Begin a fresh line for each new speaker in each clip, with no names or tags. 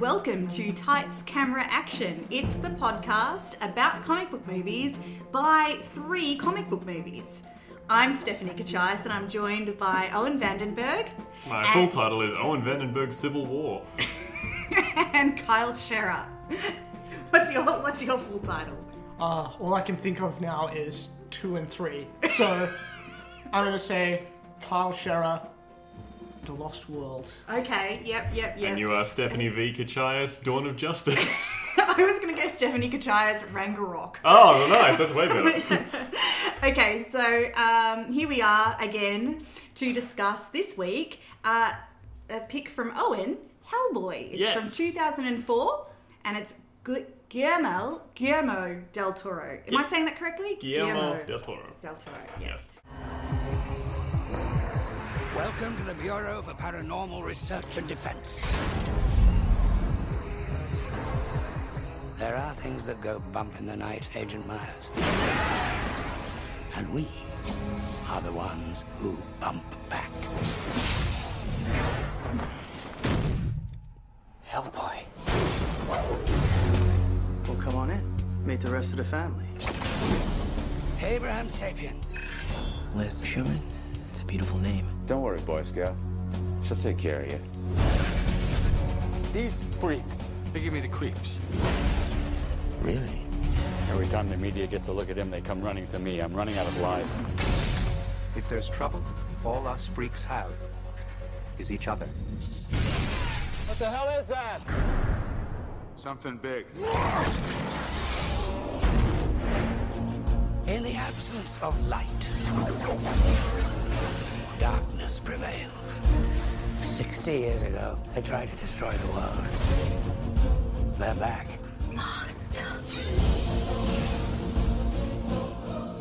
welcome to Tights Camera Action. It's the podcast about comic book movies by three comic book movies. I'm Stephanie Kachais and I'm joined by Owen Vandenberg
My full title is Owen Vandenberg's Civil War.
and Kyle Scherer. What's your what's your full title?
Uh, all I can think of now is two and three. So I'm gonna say Kyle Scherer, The Lost World.
Okay, yep, yep, yep.
And you are Stephanie V. Kachayas, Dawn of Justice.
I was gonna go Stephanie Kachai's Rangarok.
oh, nice. That's way better.
Okay, so um, here we are again to discuss this week uh, a pick from Owen Hellboy. It's
Yes.
from 2004 and it's Gu- Guillermo, Guillermo del Toro. Am I
Gu-
saying that correctly?
Guillermo del Toro.
del Toro, yes.
Yes.
Welcome to the Bureau for Paranormal Research and Defense. There are things that go bump in the night, Agent Myers. And we are the ones who bump back. Hellboy.
Well, come on in. Meet the rest of the family.
Abraham Sapien.
Les Schumann. It's a beautiful name.
Don't worry, Boy Scout. She'll take care of you.
These freaks, they give me the creeps.
Really?
Every time the media gets a look at him, they come running to me. I'm running out of lies.
If there's trouble, all us freaks have is each other.
Something big.
In the absence of light, darkness prevails. 60 years ago, they tried to destroy the world. They're back.
Master.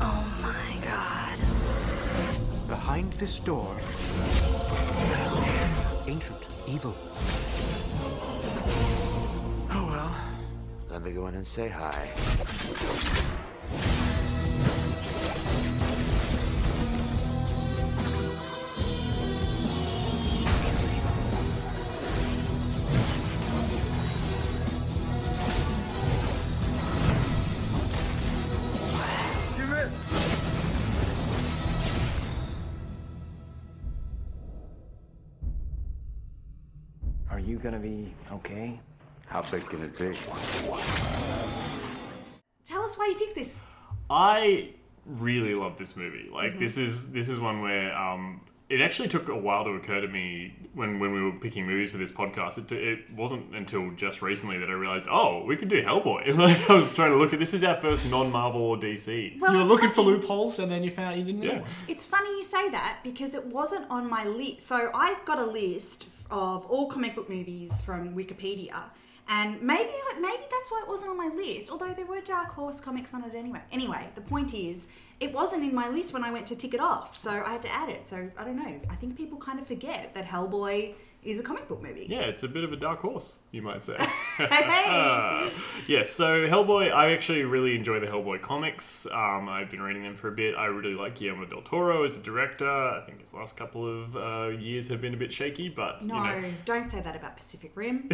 Oh my god.
Behind this door, ancient evil.
Oh well.
Let me go in and say hi.
You missed.
Are you gonna be okay?
How big can it be?
Tell us why you picked this.
I really love this movie. Like this is this is one where um, it actually took a while to occur to me when, when we were picking movies for this podcast. It, it wasn't until just recently that I realized, oh, we could do Hellboy. Like, I was trying to look at this is our first non-Marvel or DC.
Well,
you were
it's
looking for
Oh, funny-
loopholes, and then you found you didn't. know
Yeah.
one.
It's funny you say that because it wasn't on my list. So I got a list of all comic book movies from Wikipedia, and maybe maybe that's why it wasn't on my list. Although there were Dark Horse comics on it anyway. Anyway, the point is, it wasn't in my list when I went to tick it off, so I had to add it. So I don't know. I think people kind of forget that Hellboy is a comic book movie.
Yeah, it's a bit of a dark horse, you might say. Uh,
Hey.
yes, so Hellboy, I actually really enjoy the Hellboy comics. Um, I've been reading them for a bit. I really like Guillermo del Toro as a director. I think his last couple of uh, years have been a bit shaky, but
No,
you know,
don't say that about Pacific Rim.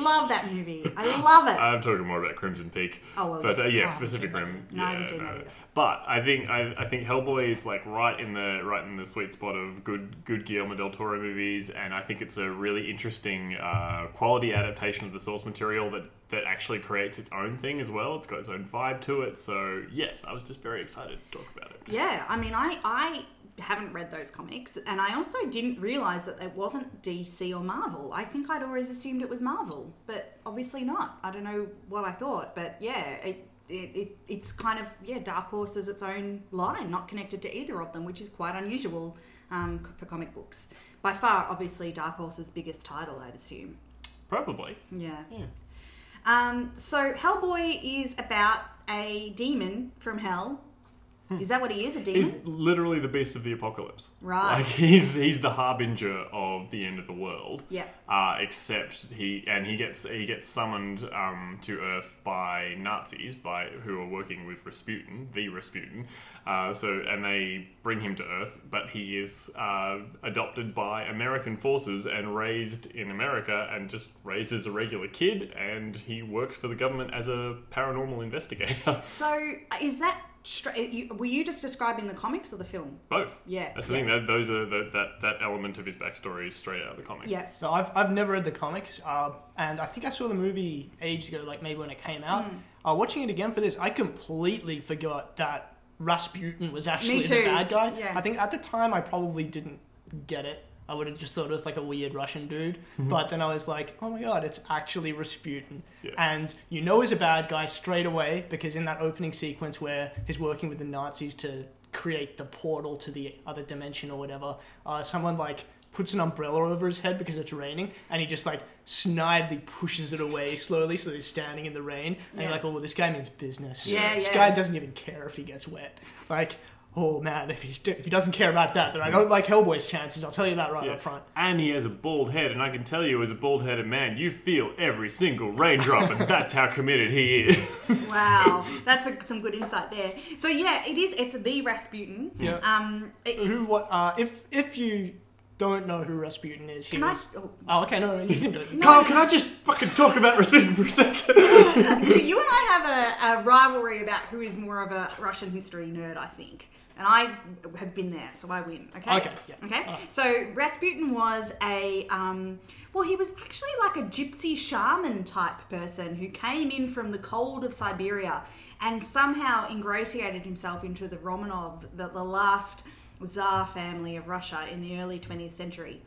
love that movie. I love it.
I'm talking more about Crimson Peak.
Oh, well,
but uh,
yeah.
yeah,
Oh,
Pacific
okay.
Rim.
No, I haven't
yeah,
seen that either.
But I think I, I think Hellboy is like right in the right in the sweet spot of good good Guillermo del Toro movies, and I think it's a really interesting uh, quality adaptation of the source material that that actually creates its own thing as well. It's got its own vibe to it. So yes, I was just very excited to talk about it.
Yeah, I mean, I I haven't read those comics, and I also didn't realize that it wasn't DC or Marvel. I think I'd always assumed it was Marvel, but obviously not. I don't know what I thought, but yeah, it. It, it, it's kind of yeah dark horse is its own line not connected to either of them which is quite unusual um, c- for comic books by far obviously dark horse's biggest title i'd assume
Probably.
yeah. Um, so Hellboy is about a demon from hell Is that what he is? A demon?
He's literally the beast of the apocalypse.
Right.
Like he's he's the harbinger of the end of the world.
Yeah.
Uh, except he and he gets he gets summoned um, to Earth by Nazis by who are working with Rasputin, the Rasputin. Uh, so and they bring him to Earth, but he is uh, adopted by American forces and raised in America and just raised as a regular kid. And he works for the government as a paranormal investigator.
so uh, is that? Stra- uh, you, were you just describing the comics or the film?
Both.
Yeah.
That's the thing. That, those are the, that that element of his backstory is straight out of the comics.
Yeah.
So I've, I've never read the comics, uh, and I think I saw the movie ages ago, like maybe when it came out.
Mm.
Uh, watching it again for this, I completely forgot that Rasputin was actually the
too.
bad guy.
Yeah.
I think at the time I probably didn't get it. I would have just thought it was like a weird Russian dude. but then I was like, oh my god, it's actually Rasputin. And you know he's a bad guy straight away because in that opening sequence where he's working with the Nazis to create the portal to the other dimension or whatever, uh, someone like puts an umbrella over his head because it's raining and he just like snidely pushes it away slowly so he's standing in the rain and
Yeah.
you're like oh well, this guy means business
Yeah,
this
yeah.
guy doesn't even care if he gets wet like oh man if he, if he doesn't care about that then i don't like hellboy's chances i'll tell you that right
Yeah.
up front
And he has a bald head, and I can tell you, as a bald headed man, you feel every single raindrop, and that's how committed he is.
Wow, that's a, some good insight there. So yeah, it is. It's the Rasputin.
Yeah.
Um. it-
who what uh, if if you don't know who rasputin is he
Can I-
was- oh. okay no, no you can do it
No, Carl, can
I just fucking talk about Rasputin for a second?
you and I have a, a rivalry about who is more of a Russian history nerd, I think. And I have been there, so I win. Okay.
Okay, yeah.
Okay.
Alright.
So Rasputin was a, um, well, he was actually like a gypsy shaman type person who came in from the cold of Siberia and somehow ingratiated himself into the Romanov, the, the last Tsar family of Russia in the early 20th century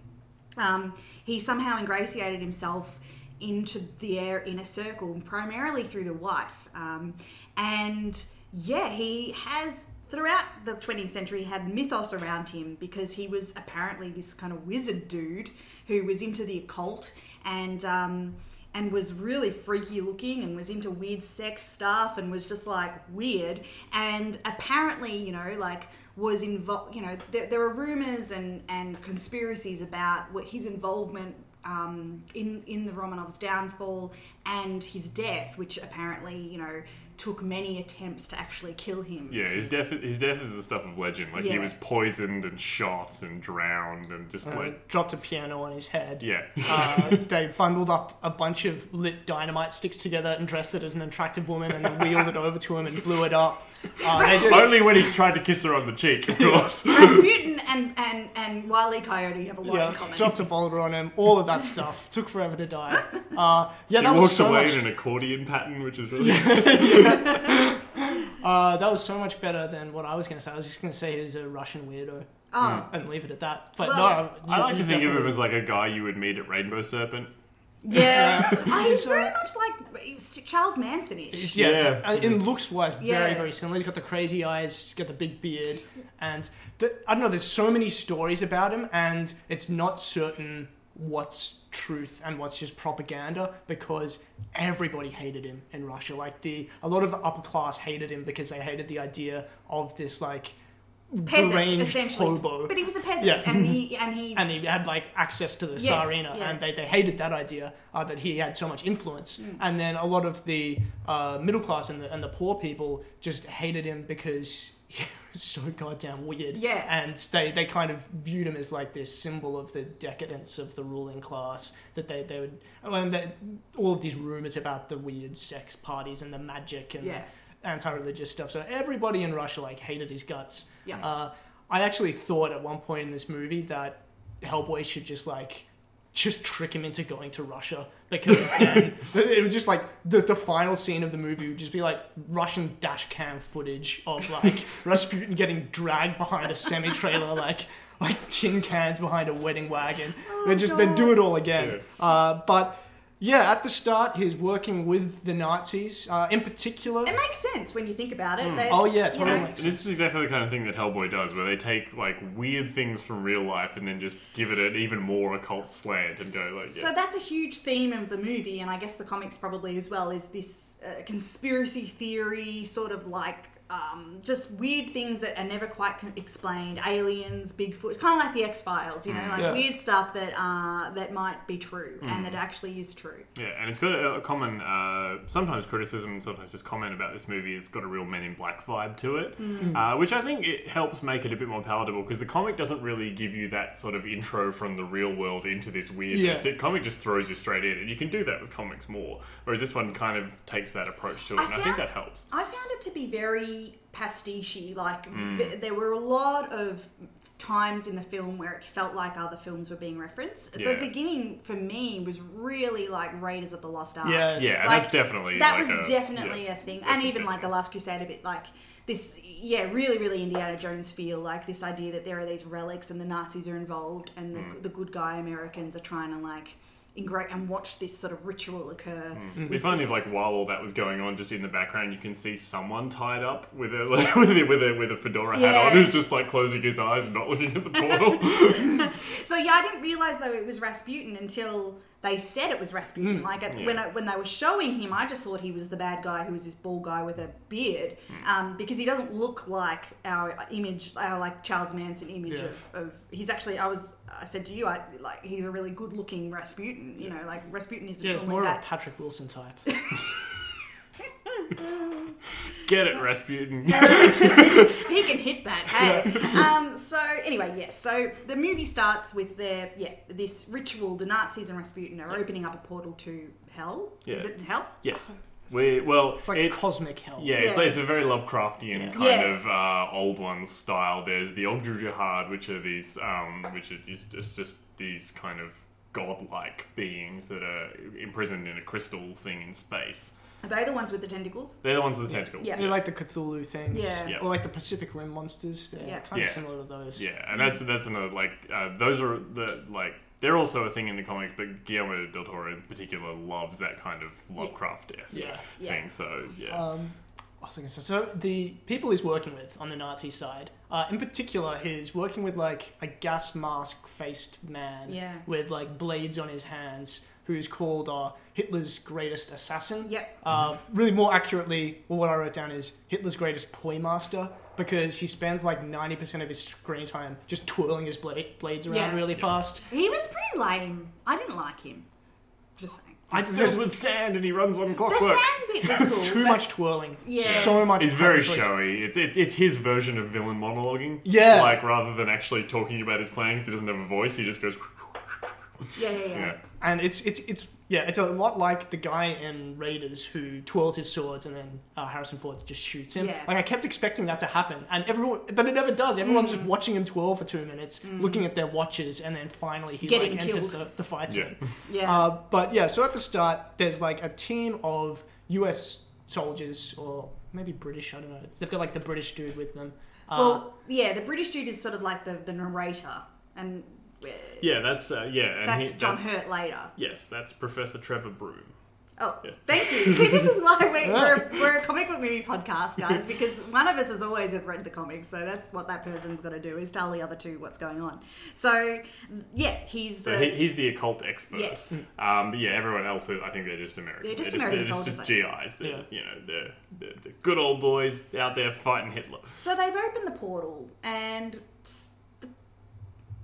um, he somehow ingratiated himself into the air inner circle, primarily through the wife. Um, and yeah, he has throughout the 20th century had mythos around him because he was apparently this kind of wizard dude who was into the occult and um, and was really freaky looking and was into weird sex stuff and was just like weird and apparently you know like was involved you know there, there were rumors and and conspiracies about what his involvement um, in in the Romanovs' downfall and his death, which apparently you know took many attempts to actually kill him.
Yeah, his death, his death is the stuff of legend. Like, he
Yeah.
was poisoned and shot and drowned and just
Uh,
like.
dropped a piano on his head
Yeah.
uh, they bundled up a bunch of lit dynamite sticks together and dressed it as an attractive woman and then wheeled it over to him and blew it up. Uh, they did-
Only when he tried to kiss her on the cheek, of course.
Rasputin and and and Wile E. Coyote have a lot in
yeah,
common.
dropped a boulder on him, all of that stuff. Took forever to die. Uh, yeah, that
he
was
walks
so
away
much,
in an accordion pattern, which is really.
uh, that was so much better than what I was going to say. I was just going to say he was a Russian weirdo.
Oh.
And leave it at that. But
Well,
no,
Hmm. I
you-
like to
you
think of him
definitely-
as like a guy you would meet at Rainbow Serpent.
yeah, Oh, he's
uh,
very much like he was Charles Manson-ish.
Yeah,
Yeah.
uh, in looks wise, very
Yeah.
very similar. He's got the crazy eyes, he's got the big beard, and the, I don't know. There's so many stories about him, and it's not certain what's truth and what's just propaganda because everybody hated him in Russia. Like the a lot of the upper class hated him because they hated the idea of this like
peasant
deranged
essentially.
hobo.
But he was a peasant,
Yeah.
and he and he
and he had like access to the
Yes,
Tsar arena,
yeah.
and they, they hated that idea uh, that he had so much influence.
Mm.
And then a lot of the uh, middle class and the, and the poor people just hated him because he was so goddamn weird.
Yeah.
and they they kind of viewed him as like this symbol of the decadence of the ruling class. That they they would oh, and they, all of these rumors about the weird sex parties and the magic and
Yeah.
the anti-religious stuff. So everybody in Russia like hated his guts.
Yeah.
Uh, I actually thought at one point in this movie that Hellboy should just like just trick him into going to Russia because then it would just like the, the final scene of the movie would just be like Russian dash cam footage of like Rasputin getting dragged behind a semi trailer like like tin cans behind a wedding wagon. they just they do it all again. Uh, but yeah, at the start he's working with the Nazis. Uh, in particular,
it makes sense when you think about it. They-
oh yeah,
you know,
totally. makes
This is exactly the kind of thing that Hellboy does, where they take like weird things from real life and then just give it an even more occult slant and go like,
So
yeah.
that's a huge theme of the movie, and I guess the comics probably as well, is this uh, conspiracy theory sort of like um, just weird things that are never quite con- explained. Aliens, Bigfoot, it's kind of like the X Files, you know,
Mm.
like
Yeah.
weird stuff that uh, that might be true
Mm.
and that actually is true.
Yeah, and it's got a, a common, uh, sometimes criticism and sometimes just comment about this movie. It's got a real Men in Black vibe to it,
Mm.
uh, which I think it helps make it a bit more palatable because the comic doesn't really give you that sort of intro from the real world into this weirdness.
Yeah.
It comic just throws you straight in, and you can do that with comics more. Whereas this one kind of takes that approach to it,
I
and I think
found-
that helps.
I found it to be very pastiche. Like
Mm.
th- there were a lot of times in the film where it felt like other films were being referenced.
Yeah.
The beginning for me was really like Raiders of the Lost Ark.
Yeah. Yeah, and
Like,
that's definitely
that
like
was
a-
definitely
yeah,
a thing, and
definitely
even like the Last Crusade a bit like. This, yeah, really, really Indiana Jones feel like this idea that there are these relics and the Nazis are involved and the,
Mm.
the good guy Americans are trying to like ingrate and watch this sort of ritual occur.
Mm.
with
If only
this-
like while all that was going on, just in the background, you can see someone tied up with a like, with a, with a with a fedora hat on,
Yeah.
who's just like closing his eyes and not looking at the portal.
So yeah, I didn't realize though it was Rasputin until they said it was Rasputin.
Hmm.
Mm.
Like at,
Yeah.
when I, when they were showing him, I just thought he was the bad guy who was this bald guy with a beard,
Hmm.
um, because he doesn't look like our image, our like Charles Manson image
Yeah.
of, of. He's actually I was I said to you I like he's a really good looking Rasputin. You know, like Rasputin is
Yeah, it's
normally
more of a
that.
Patrick Wilson type.
Get it, Rasputin.
he can hit that, hey. um, so anyway, yes. So the movie starts with their yeah this ritual. The Nazis and Rasputin are opening up a portal to hell. Is
Yeah.
it hell?
yes. We well,
It's like cosmic hell.
Yeah, it's
Yeah.
it's a very Lovecraftian kind
Yes.
of uh, old one style. There's the Ogdru Jihad, which are these, um, which are just, it's just these kind of godlike beings that are imprisoned in a crystal thing in space.
Are they the ones with the tentacles?
They're the ones with the tentacles.
Yeah.
They're like the Cthulhu things.
Yeah.
Yeah.
Or like the Pacific Rim monsters. They're
Yeah.
kind of similar to those.
Yeah, and that's that's another like uh, those are the like they're also a thing in the comics, but Guillermo del Toro in particular loves that kind of Lovecraft esque
Yes, yeah.
thing. So yeah,
Um, what was I gonna say? So the people he's working with on the Nazi side, uh, in particular, he's working with like a gas mask faced man
Yeah.
with like blades on his hands, who's called uh, Hitler's greatest assassin.
Yep.
Uh, really, more accurately, well, what I wrote down is Hitler's greatest poi master because he spends like ninety percent of his screen time just twirling his blade, blades around
Yeah.
really fast.
He was pretty lame. I didn't like him. Just saying.
I
He's filled with sand and he runs on
The
clockwork.
sand bit was cool.
too
but-
much twirling.
Yeah.
So much.
It's very
puppetry.
showy. It's, it's it's his version of villain monologuing.
Yeah.
like rather than actually talking about his plans, he doesn't have a voice. He just goes.
Yeah, yeah, yeah.
Yeah,
and it's it's it's yeah, it's a lot like the guy in Raiders who twirls his swords and then uh, Harrison Ford just shoots him.
Yeah.
Like I kept expecting that to happen, and everyone, but it never does.
Mm.
Everyone's just watching him twirl for two minutes, looking at their watches, and then finally he
Getting
like enters
killed.
the, the fight
Yeah.
scene.
Yeah.
Uh, but yeah, so at the start, there's like a team of U.S. soldiers or maybe British. I don't know. They've got like the British dude with them. Uh,
well, yeah, the British dude is sort of like the, the narrator, and uh,
yeah, that's uh, yeah, and
that's
he,
John
that's-
Hurt later.
Yes, that's Professor Trevor Broom.
Oh,
Yeah.
thank you. See, this is why we, we're, we're a comic book movie podcast, guys, because one of us has always have read the comics, so that's what that person's got to do is tell the other two what's going on. So, yeah, he's
So
the,
he, he's the occult expert.
Yes.
Um, but yeah, everyone else, is, I think they're just American.
They're just American soldiers,
They're just GIs. They're,
Yeah.
You know, they're, they're, they're good old boys out there fighting Hitler.
So they've opened the portal, and s- the-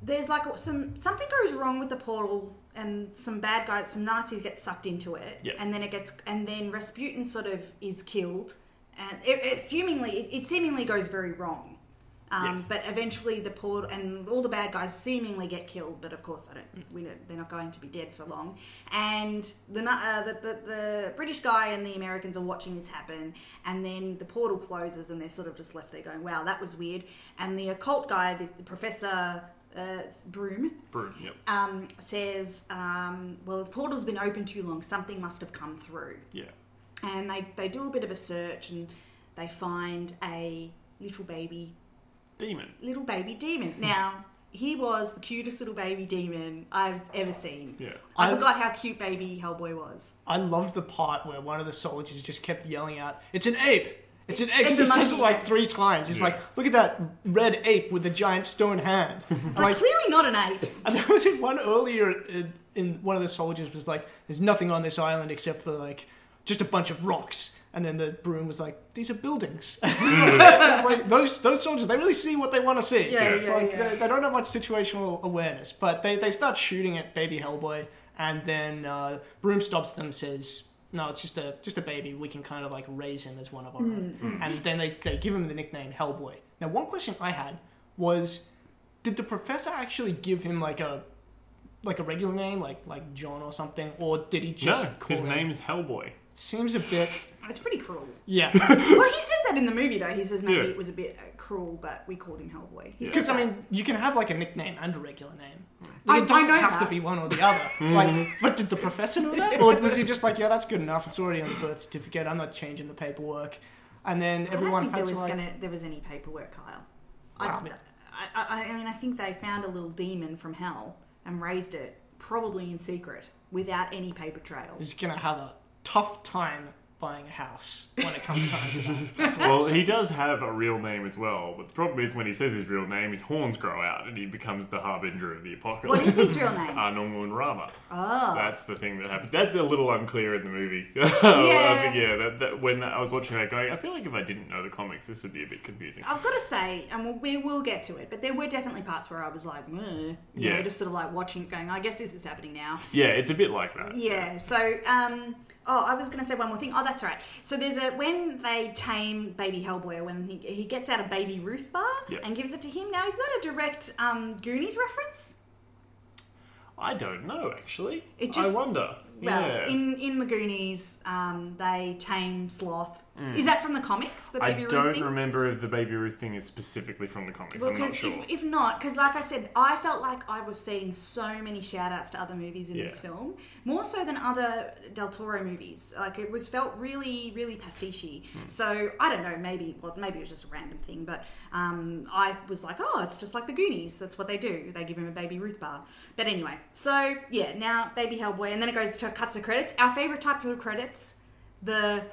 there's like some something goes wrong with the portal, and some bad guys, some Nazis get sucked into it,
Yeah.
and then it gets, and then Rasputin sort of is killed, and it, it seemingly it, it seemingly goes very wrong. Um,
Yes.
But eventually, the portal and all the bad guys seemingly get killed. But of course, I don't. We don't, they're not going to be dead for long. And the, Na- uh, the, the the British guy and the Americans are watching this happen. And then the portal closes, and they're sort of just left there going, "Wow, that was weird." And the occult guy, the, the Professor uh, Broom,
Broom, yep.
um, says, um, "Well, the portal's been open too long. Something must have come through."
Yeah.
and they, they do a bit of a search and they find a little baby
Demon.
little baby demon now he was the cutest little baby demon i've ever seen
Yeah.
i
I-
forgot how cute baby hellboy was
I loved the part where one of the soldiers just kept yelling out, "It's an ape! It's an ape!"
It's
'Cause
a
he says it
monkey.
like three times. He's
Yeah.
like, "Look at that red ape with the giant stone hand." And,
like
like,
clearly not an ape
and there was one earlier in, in one of the soldiers was like, "There's nothing on this island except for like just a bunch of rocks." And then the broom was like, "These are buildings." it's like those those soldiers, they really see what they want to see.
Yeah,
it's
yeah,
like
yeah.
They, they don't have much situational awareness, but they, they start shooting at baby Hellboy, and then uh, Broom stops them, says, "No, it's just a just a baby. We can kind of like raise him as one of our own."
Mm. Mm.
And then they they give him the nickname Hellboy. Now, one question I had was, did the professor actually give him like a like a regular name, like like John or something, or did he just
no,
call
his
him?
name's Hellboy.
Seems a bit
It's pretty cruel.
yeah.
well, he says that in the movie though. He says maybe
Yeah.
it was a bit uh, cruel, but we called him Hellboy. He
Because
says
I
that.
mean, you can have like a nickname and a regular name.
I-
it doesn't
I know
have to
that.
be one or the other. like, but did the professor know that, or was he just like, yeah, that's good enough? It's already on the birth certificate. I'm not changing the paperwork. And then
I
everyone
don't think
had
there
to
was
like,
gonna there was any paperwork, Kyle. I,
Wow.
I, I, I mean, I think they found a little demon from hell and raised it probably in secret without any paper trail.
he's gonna have a tough time buying a house when it comes time to that.
well, he does have a real name as well, but the problem is when he says his real name, his horns grow out and he becomes the harbinger of the apocalypse.
What is his real name?
Anongun Rama.
Oh.
That's the thing that happened. That's a little unclear in the movie. yeah.
Yeah.
I think, yeah, that, that, when I was watching that going, I feel like if I didn't know the comics, this would be a bit confusing.
I've got to say, and we'll, we will get to it, but there were definitely parts where I was like, Meh, you know,
Yeah.
just sort of like watching, going, I guess this is happening now.
Yeah, it's a bit like that.
Yeah. So, um, oh, I was going to say one more thing. Oh, that's right. So there's a when they tame baby Hellboy, or when he, he gets out of baby Ruth bar
Yeah.
and gives it to him. Now, is that a direct um, Goonies reference?
I don't know, actually.
It just-
I wonder.
Well,
yeah.
in in the Goonies, um, they tame Sloth.
Mm.
Is that from the comics? The
I
baby
don't
Ruth thing?
remember if the Baby Ruth thing is specifically from the comics. I'm not
Because
sure.
if, if not, because like I said, I felt like I was seeing so many shout outs to other movies in this
Yeah.
film, more so than other Del Toro movies. Like it was felt really, really pastiche.
Hmm.
So I don't know, maybe it was, maybe it was just a random thing, but um, I was like, oh, it's just like the Goonies. That's what they do. They give him a baby Ruth bar. But anyway, so yeah, now Baby Hellboy, and then it goes to cuts of credits. Our favorite type of credits, the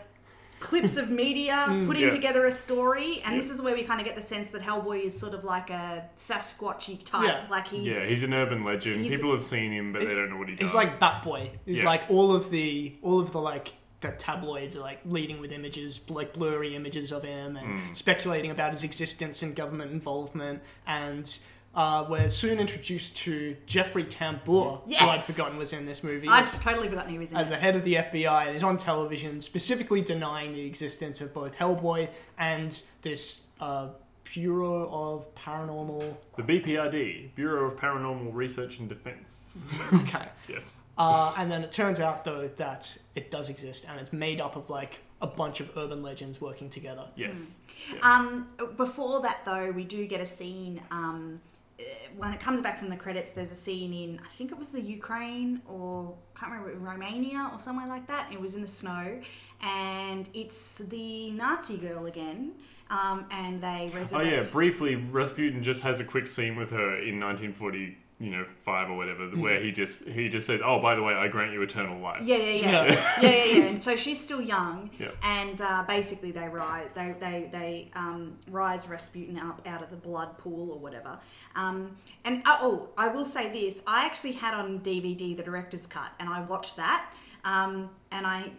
clips of media,
Mm,
putting
yeah.
together a story, and
Yeah.
this is where we kind of get the sense that Hellboy is sort of like a Sasquatchy type, like he's
yeah, he's an urban legend.
he's-
People have seen him, but they don't know what he does.
He's like Bat Boy. He's
Yeah.
like all of the all of the like the tabloids are like leading with images, like blurry images of him, and
Mm.
speculating about his existence and government involvement. And uh, we're soon introduced to Jeffrey Tambor, who I'd
Yes!
forgotten was in this movie.
I'd totally forgotten he was in
as
it.
the head of the FBI and is on television specifically denying the existence of both Hellboy and this uh, Bureau of Paranormal
the BPRD, Bureau of Paranormal Research and Defense.
okay.
Yes.
Oh,
Uh, and then it turns out though that it does exist, and it's made up of like a bunch of urban legends working together.
Yes.
Um, before that, though, we do get a scene. Um, uh, when it comes back from the credits, there's a scene in I think it was the Ukraine or can't remember Romania or somewhere like that. It was in the snow, and it's the Nazi girl again, um, and they
Oh
resurrect.
yeah, briefly, Rasputin just has a quick scene with her in 1940, you know, five or whatever,
Mm.
where he just he just says, "Oh, by the way, I grant you eternal life."
Yeah, yeah, yeah, yeah, yeah, yeah. And so she's still young,
Yeah.
and uh, basically they rise, they they they um, rise Rasputin up out of the blood pool or whatever. Um, and uh, oh, I will say this: I actually had on DVD the director's cut, and I watched that, um, and I.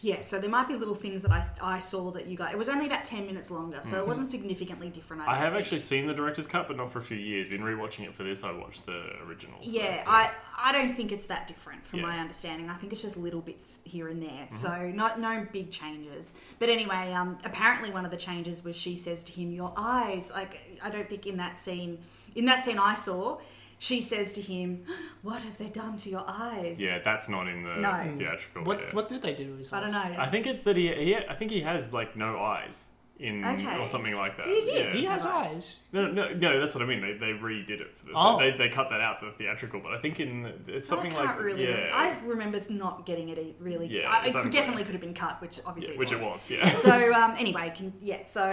Yeah, so there might be little things that I, I saw that you got. It was only about 10 minutes longer, so it
Mhm.
wasn't significantly different.
I
don't
have
think.
actually seen the director's cut, but not for a few years. In rewatching it for this, I watched the original. so-
Yeah, I, I don't think it's that different from
Yeah.
my understanding. I think it's just little bits here and there.
Mhm.
So not no big changes. But anyway, um, apparently one of the changes was she says to him, "Your eyes." Like I don't think in that scene, in that scene I saw, she says to him, "What have they done to your eyes?"
Yeah, that's not in the
No.
theatrical.
What
yeah.
what did they do to his
I don't
eyes?
know.
I think it's that he, he I think he has like no eyes in
Okay.
or something like that.
He did.
Yeah.
He has eyes.
No, no, no. That's what I mean. They, they redid it. For the,
Oh.
they, they cut that out for the theatrical, but I think in the- it's something
Oh, I can't
like
really.
yeah,
I remember not getting it e- really.
Yeah,
I,
it's
it
unclear.
definitely could have been cut, which obviously
Yeah,
it
which it
was.
was, yeah.
So um, anyway, can, yeah. So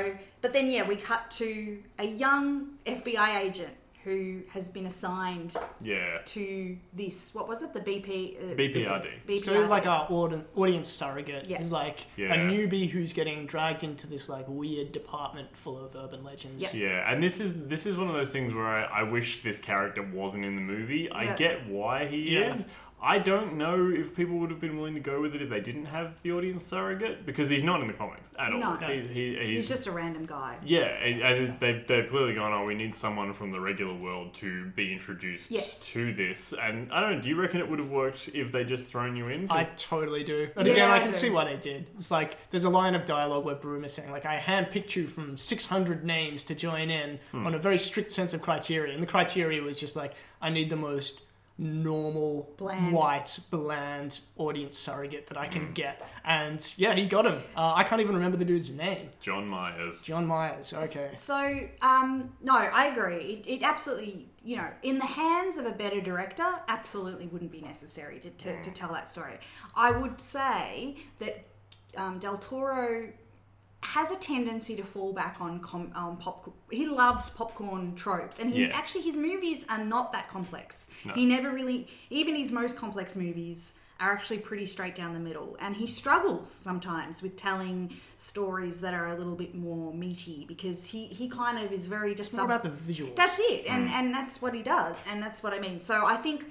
but then yeah, we cut to a young FBI agent who has been assigned
yeah.
to this. What was it? The BP. Uh,
BPRD.
BPRD.
So he's like our audi- audience surrogate.
Yeah.
He's like
Yeah.
a newbie who's getting dragged into this like weird department full of urban legends.
Yeah, and this is this is one of those things where I, I wish this character wasn't in the movie. I
Yeah.
get why he
Yeah.
is. I don't know if people would have been willing to go with it if they didn't have the audience surrogate because he's not in the comics at all.
No.
He's, he, he's,
He's just a random guy.
yeah. and- and they've, they've clearly gone. Oh, we need someone from the regular world to be introduced
Yes.
to this. And I don't know. Do you reckon it would have worked if they just thrown you in? 'Cause
I totally do. And
Yeah,
again, I
I
can
do.
see why they did. It's like there's a line of dialogue where Broom is saying, like, I handpicked you from 600 names to join in on a very strict sense of criteria. And the criteria was just like, I need the most normal,
Bland.
white, bland audience surrogate that I can get. And yeah, he got him. Uh, I can't even remember the dude's name.
John Myers.
John Myers. Okay.
So, um, no, I agree. It, it absolutely, you know, in the hands of a better director, absolutely wouldn't be necessary to, to, to tell that story. I would say that um, Del Toro has a tendency to fall back on com- um, pop. He loves popcorn tropes, and he
Yeah.
actually his movies are not that complex. He never really, even his most complex movies are actually pretty straight down the middle, and he struggles sometimes with telling stories that are a little bit more meaty because he he kind of is very just
What about the
subs-
visuals?
that's it,
Mm.
and and that's what he does, and that's what I mean. So I think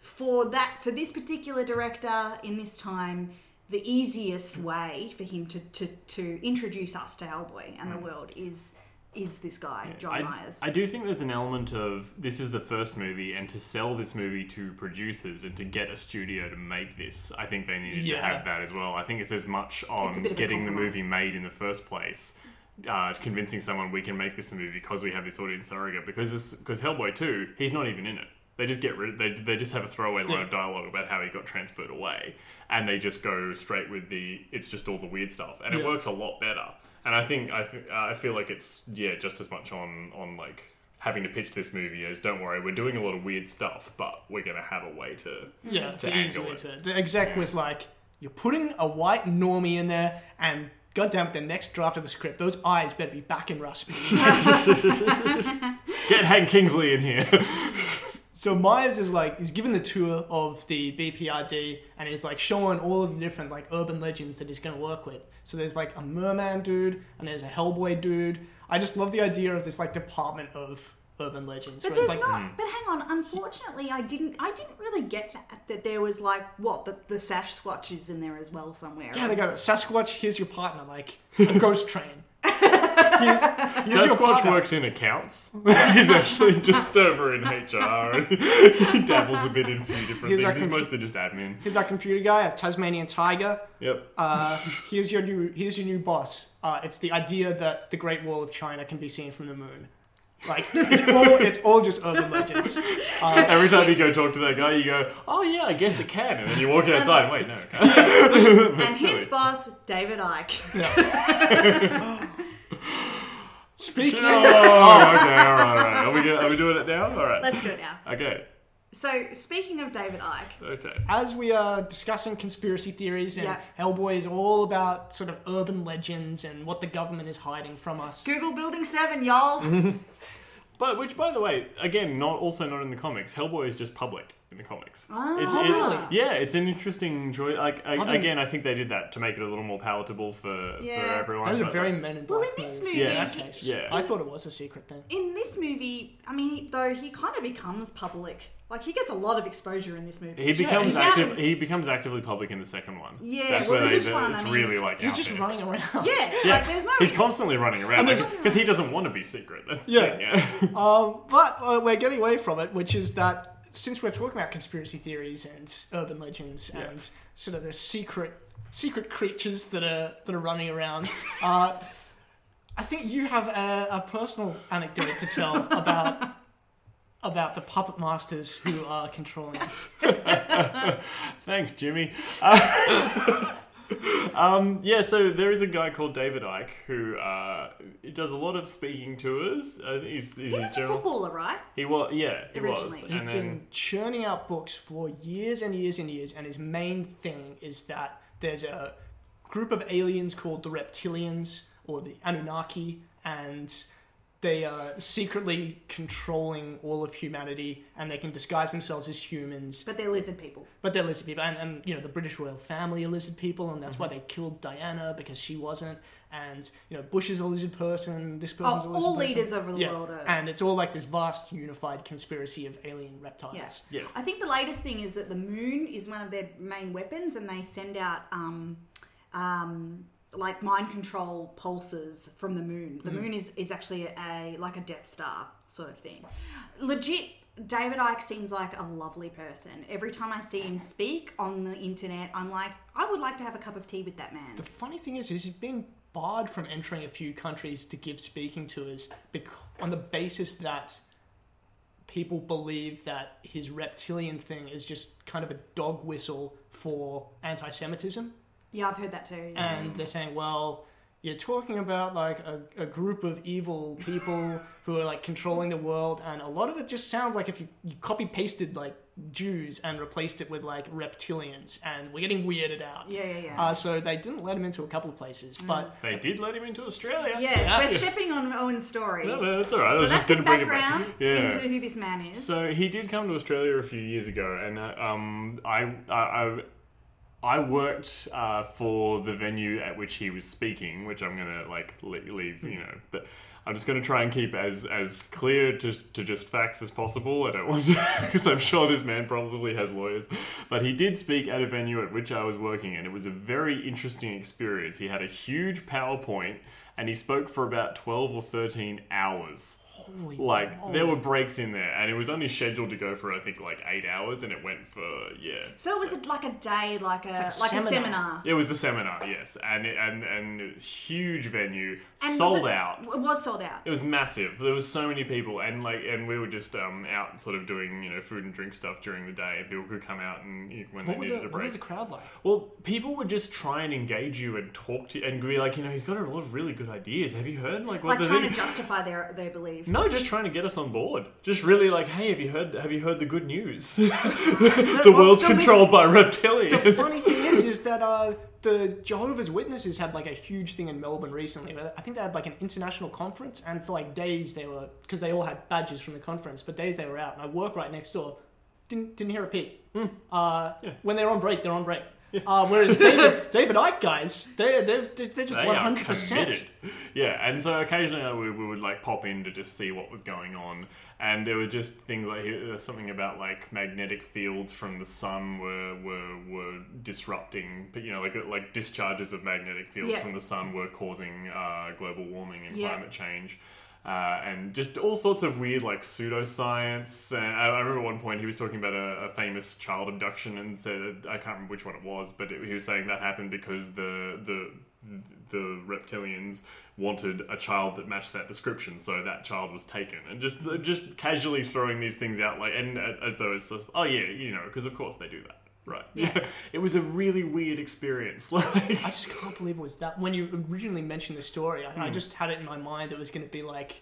for that for this particular director in this time, the easiest way for him to to, to introduce us to Hellboy and the world is is this guy John
Mm. I,
Myers.
I do think there's an element of this is the first movie, and to sell this movie to producers and to get a studio to make this, I think they needed to
Yeah.
have that as well. I think it's as much
It's a
on
bit of a
getting the
compromise.
movie made in the first place. Uh, convincing someone we can make this movie because we have this audience surrogate because this, because Hellboy two he's not even in it they just get rid they, they just have a throwaway line of dialogue about how he got transferred away and they just go straight with the it's just all the weird stuff and it
Yeah.
works works a lot better. And I think I th- I feel like it's yeah just as much on on like having to pitch this movie as don't worry we're doing a lot of weird stuff but we're gonna have a way to
yeah,
to
to
angle
easily
it.
to it. The exec was like, "You're putting a white normie in there, and goddamn it, the next draft of the script, those eyes better be back in Rasputin."
get Hank Kingsley in here.
so Myers is like, he's given the tour of the BPRD, and he's like showing all of the different like urban legends that he's going to work with. So there's like a merman dude, and there's a Hellboy dude. I just love the idea of this like department of urban legends.
but
where it's
there's
like,
mm.
not. But hang on. Unfortunately, I didn't. I didn't really get that. That there was like what the, the Sash Swatch is in there as well somewhere.
Yeah, they got a Sasquatch. Here's your partner, like a ghost train. Here's, here's your
Sasquatch
partner.
works in accounts. He's actually just over in HR and he dabbles a bit in a few different
He's
things.
like
He's
a-
mostly just admin.
Here's our computer guy, a Tasmanian tiger.
Yep.
Uh, here's your new here's your new boss. Uh, it's the idea that the Great Wall of China can be seen from the moon. Like it's all it's all just urban legends.
Every time you go talk to that guy, you go, "Oh yeah, I guess it can," and then you walk outside. Wait, no. it can't.
and his boss, David Icke.
Speaking
oh, okay, all right, all right. Are we go- are we doing it now? All right.
Let's do it now.
Okay.
So speaking of David Icke,
Okay.
as we are discussing conspiracy theories and
Yeah.
Hellboy is all about sort of urban legends and what the government is hiding from us.
Google Building Seven, y'all.
Mm-hmm. But which, by the way, again, not also not in the comics. Hellboy is just public in the comics. it's,
Oh,
it-
really?
Yeah, it's an interesting choice. Like I,
then-
again, I think they did that to make it a little more palatable for
Yeah.
for everyone.
Those are
but,
very
like,
men in black.
Well, in this
movies.
movie,
Yeah.
he-
Case.
Yeah.
I thought it was a secret thing.
in this movie, I mean, he- though he kind of becomes public. Like he gets a lot of exposure in this movie.
he becomes
he's
active.
out-
He becomes actively public in the second one.
Yeah,
that's
well,
where
in
they,
this
the-
one,
it's
I mean,
really like
He's
out
just
there.
running around.
yeah, like there's no.
He's constantly running around
there's-
because he doesn't want to be secret. That's the
Yeah.
thing, yeah.
But uh, we're getting away from it, which is that since we're talking about conspiracy theories and urban legends and sort of the secret secret creatures that are that are running around, uh, I think you have a, a personal anecdote to tell about about the puppet masters who are controlling. it.
Thanks, Jimmy. Uh, um, yeah, so there is a guy called David Icke who uh, does a lot of speaking tours. Uh, he's, he's
he
his
was a
general.
footballer, right?
He was, yeah, he was,
Originally.
and then
Been churning out books for years and years and years, and his main thing is that there's a group of aliens called the reptilians or the Anunnaki, and they are secretly controlling all of humanity, and they can disguise themselves as humans,
But they're lizard people.
but they're lizard people, and, and you know the British royal family are lizard people, and that's why they killed Diana because she wasn't, and you know Bush is a lizard person, this person's
Oh,
a lizard
all
person.
leaders of the
yeah.
world are-
and it's all like this vast unified conspiracy of alien reptiles.
Yes. I think the latest thing is that the moon is one of their main weapons, and they send out um, um, like mind control pulses from the moon. The
Hmm.
Mm.
moon is is actually a like a Death Star sort of thing. Legit. David Icke seems like a lovely person. Every time I see him speak on the internet, I'm like, I would like to have a cup of tea with that man.
The funny thing is, is he's been barred from entering a few countries to give speaking tours bec- on the basis that people believe that his reptilian thing is just kind of a dog whistle for anti-Semitism.
Yeah, I've heard that too. yeah.
and they're saying, well, you're talking about like a, a group of evil people who are like controlling the world, and a lot of it just sounds like if you, you copy pasted like Jews and replaced it with like reptilians, and we're getting weirded out.
Yeah, yeah, Mm. yeah.
Uh, so they didn't let him into a couple of places, but
They did let him into Australia.
Yes, we're stepping on Owen's story.
No, no, that's all right. I
So
was
that's
just
the
gonna bring it back.
background
Yeah.
into who this man is.
So he did come to Australia a few years ago, and uh, um, I, I, I, I worked uh, for the venue at which he was speaking, which I'm gonna like le- leave, you know, but. I'm just going to try and keep as as clear to, to just facts as possible. I don't want to because I'm sure this man probably has lawyers, but he did speak at a venue at which I was working, and it was a very interesting experience. He had a huge PowerPoint, and he spoke for about twelve or thirteen hours
holy
like
Oh.
moly.
there were breaks in there and it was only scheduled to go for i think like eight hours and it went for yeah
So it was a- like a day, like a like a
It's like a
seminar.
seminar.
it was a seminar yes and it, and and it was huge venue
And
sold
was it-
out
It was sold out.
it was massive. There was so many people, and like, and we were just um, out sort of doing you know food and drink stuff during the day. and People could come out and you know, when
what,
they
were
needed
the,
a
what
break.
was the crowd like?
Well, people would just try and engage you and talk to you and be like, you know, he's got a lot of really good ideas. Have you heard? Like, what
Like
the
trying
thing-
to justify their their beliefs.
No, just trying to get us on board. Just really like, hey, have you heard? Have you heard the good news? the world's
well, the-
controlled by reptilians.
The funny thing is, is that uh, the Jehovah's Witnesses had like a huge thing in Melbourne recently. I think they had like an international conference, and for like days they were because they all had badges from the conference. For days they were out, and I work right next door. Didn't didn't hear a peep.
Hmm.
Uh, When they're on break, they're on break. Uh, whereas David, David Icke guys, they they're, they're just
They
one
are
hundred percent.
committed. Yeah, and so occasionally uh, we, we would like pop in to just see what was going on, and there were just things like there was something about like magnetic fields from the sun were were were disrupting, but you know, like like discharges of magnetic fields
Yeah.
from the sun were causing uh, global warming and
Yeah.
climate change. Uh, and just all sorts of weird, like pseudoscience. And I, I remember at one point he was talking about a, a famous child abduction, and said I can't remember which one it was, but it, he was saying that happened because the the the reptilians wanted a child that matched that description, so that child was taken. And just just casually throwing these things out, like and uh, as though it's just, oh yeah, you know, because of course they do that, right? Yeah. it was a really weird experience. Like,
I just can't believe it was that. When you originally mentioned the story, I, I
Hmm.
just had it in my mind that it was going to be like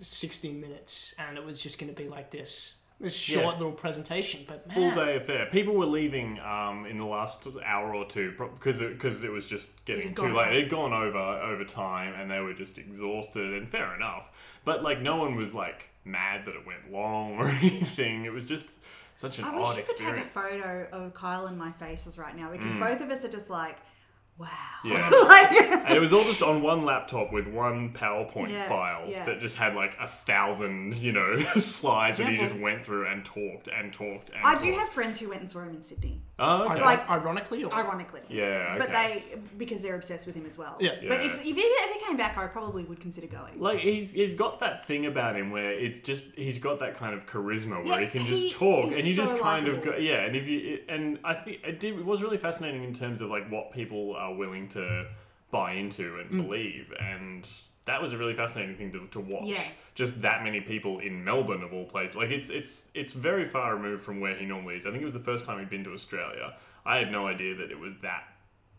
60 minutes and it was just going to be like this this
Yeah.
short little presentation. But man,
full day affair. People were leaving um, in the last hour or two because it, 'cause it was just getting
had
too
gone
late. It had gone over over time, and they were just exhausted. And fair enough, but like no one was like mad that it went long or anything. It was just such an
I wish
odd
you could take a
experience.
photo of Kyle and my faces right now because
Mm.
both of us are just like, wow.
Yeah.
Like-
and it was all just on one laptop with one PowerPoint
Yeah,
file
yeah.
that just had like a thousand, you know, slides
Yeah,
that he
well-
just went through and talked and talked and
I do
talked.
have friends who went and saw him in Sydney.
Oh, okay.
Like-
ironically, or
Ironically.
Oh. Yeah,
But
okay.
they, because they're obsessed with him as well.
Yeah.
But
Yeah.
if, if, he, if he came back, I probably would consider going.
Like he's he's got that thing about him where it's just he's got that kind of charisma where
Yeah,
he can just
he
talk
is
and you
so
just kind
likable.
of go yeah and if you it, and I think it did it was really fascinating in terms of like what people are willing to buy into and
Mm.
believe and that was a really fascinating thing to, to watch
Yeah.
just that many people in Melbourne of all places like it's it's it's very far removed from where he normally is I think it was the first time he'd been to Australia I had no idea that it was that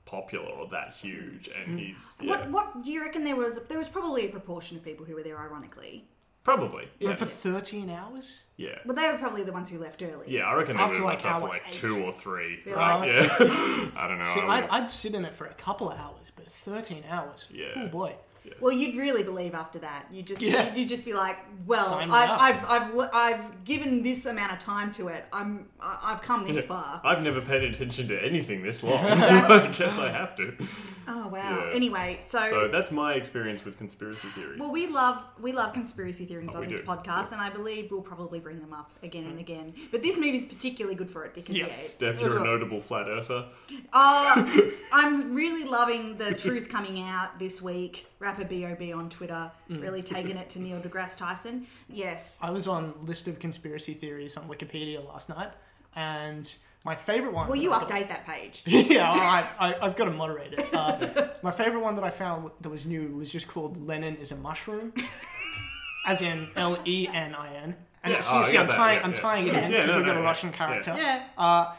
popular or that huge and he's yeah,
Mm. What, what do you reckon there was? There was probably a proportion of people who were there, ironically.
probably yeah
for 13 hours?
yeah.
But they were probably the ones who left early.
Yeah, I reckon they
After,
would have
like,
left after
hour
like
eight.
two or three.
Yeah.
Right?
Wow.
Yeah. I don't know.
See,
I
I'd,
would-
I'd sit in it for a couple of hours, but 13 hours?
Yeah.
Oh boy.
Well, you'd really believe after that. You just
Yeah.
you'd just be like, well,
Sign me
I've,
up.
I've I've li- I've given this amount of time to it. I'm I- I've come this far.
I've never paid attention to anything this long, so I guess I have to.
Oh wow.
Yeah.
Anyway, so,
So that's my experience with conspiracy theories.
well, we love we love conspiracy theories
Oh,
on
we
this
do.
podcast, and I believe we'll probably bring them up again
Mm.
and again. But this movie's particularly good for it because
yes,
yeah, it-
Steph, you're a notable flat earther.
Uh, I'm really loving the truth coming out this week. Rapper Bob on Twitter really taking it to Neil deGrasse Tyson. Yes,
Mm. I was on list of conspiracy theories on Wikipedia last night, and my favorite one.
Will you
I've got-
update that page?
yeah, all right. I, I've got to moderate it. Uh, my favorite one that I found that was new was just called "Lenin is a mushroom," as in L E N I N. And
Yeah,
it's-
oh,
you
I
see,
got
I'm
that,
tying,
yeah,
I'm
yeah.
tying it
Yeah,
in
yeah,
because
no,
we've got
no,
a
yeah,
Russian
yeah.
character.
Yeah.
Uh,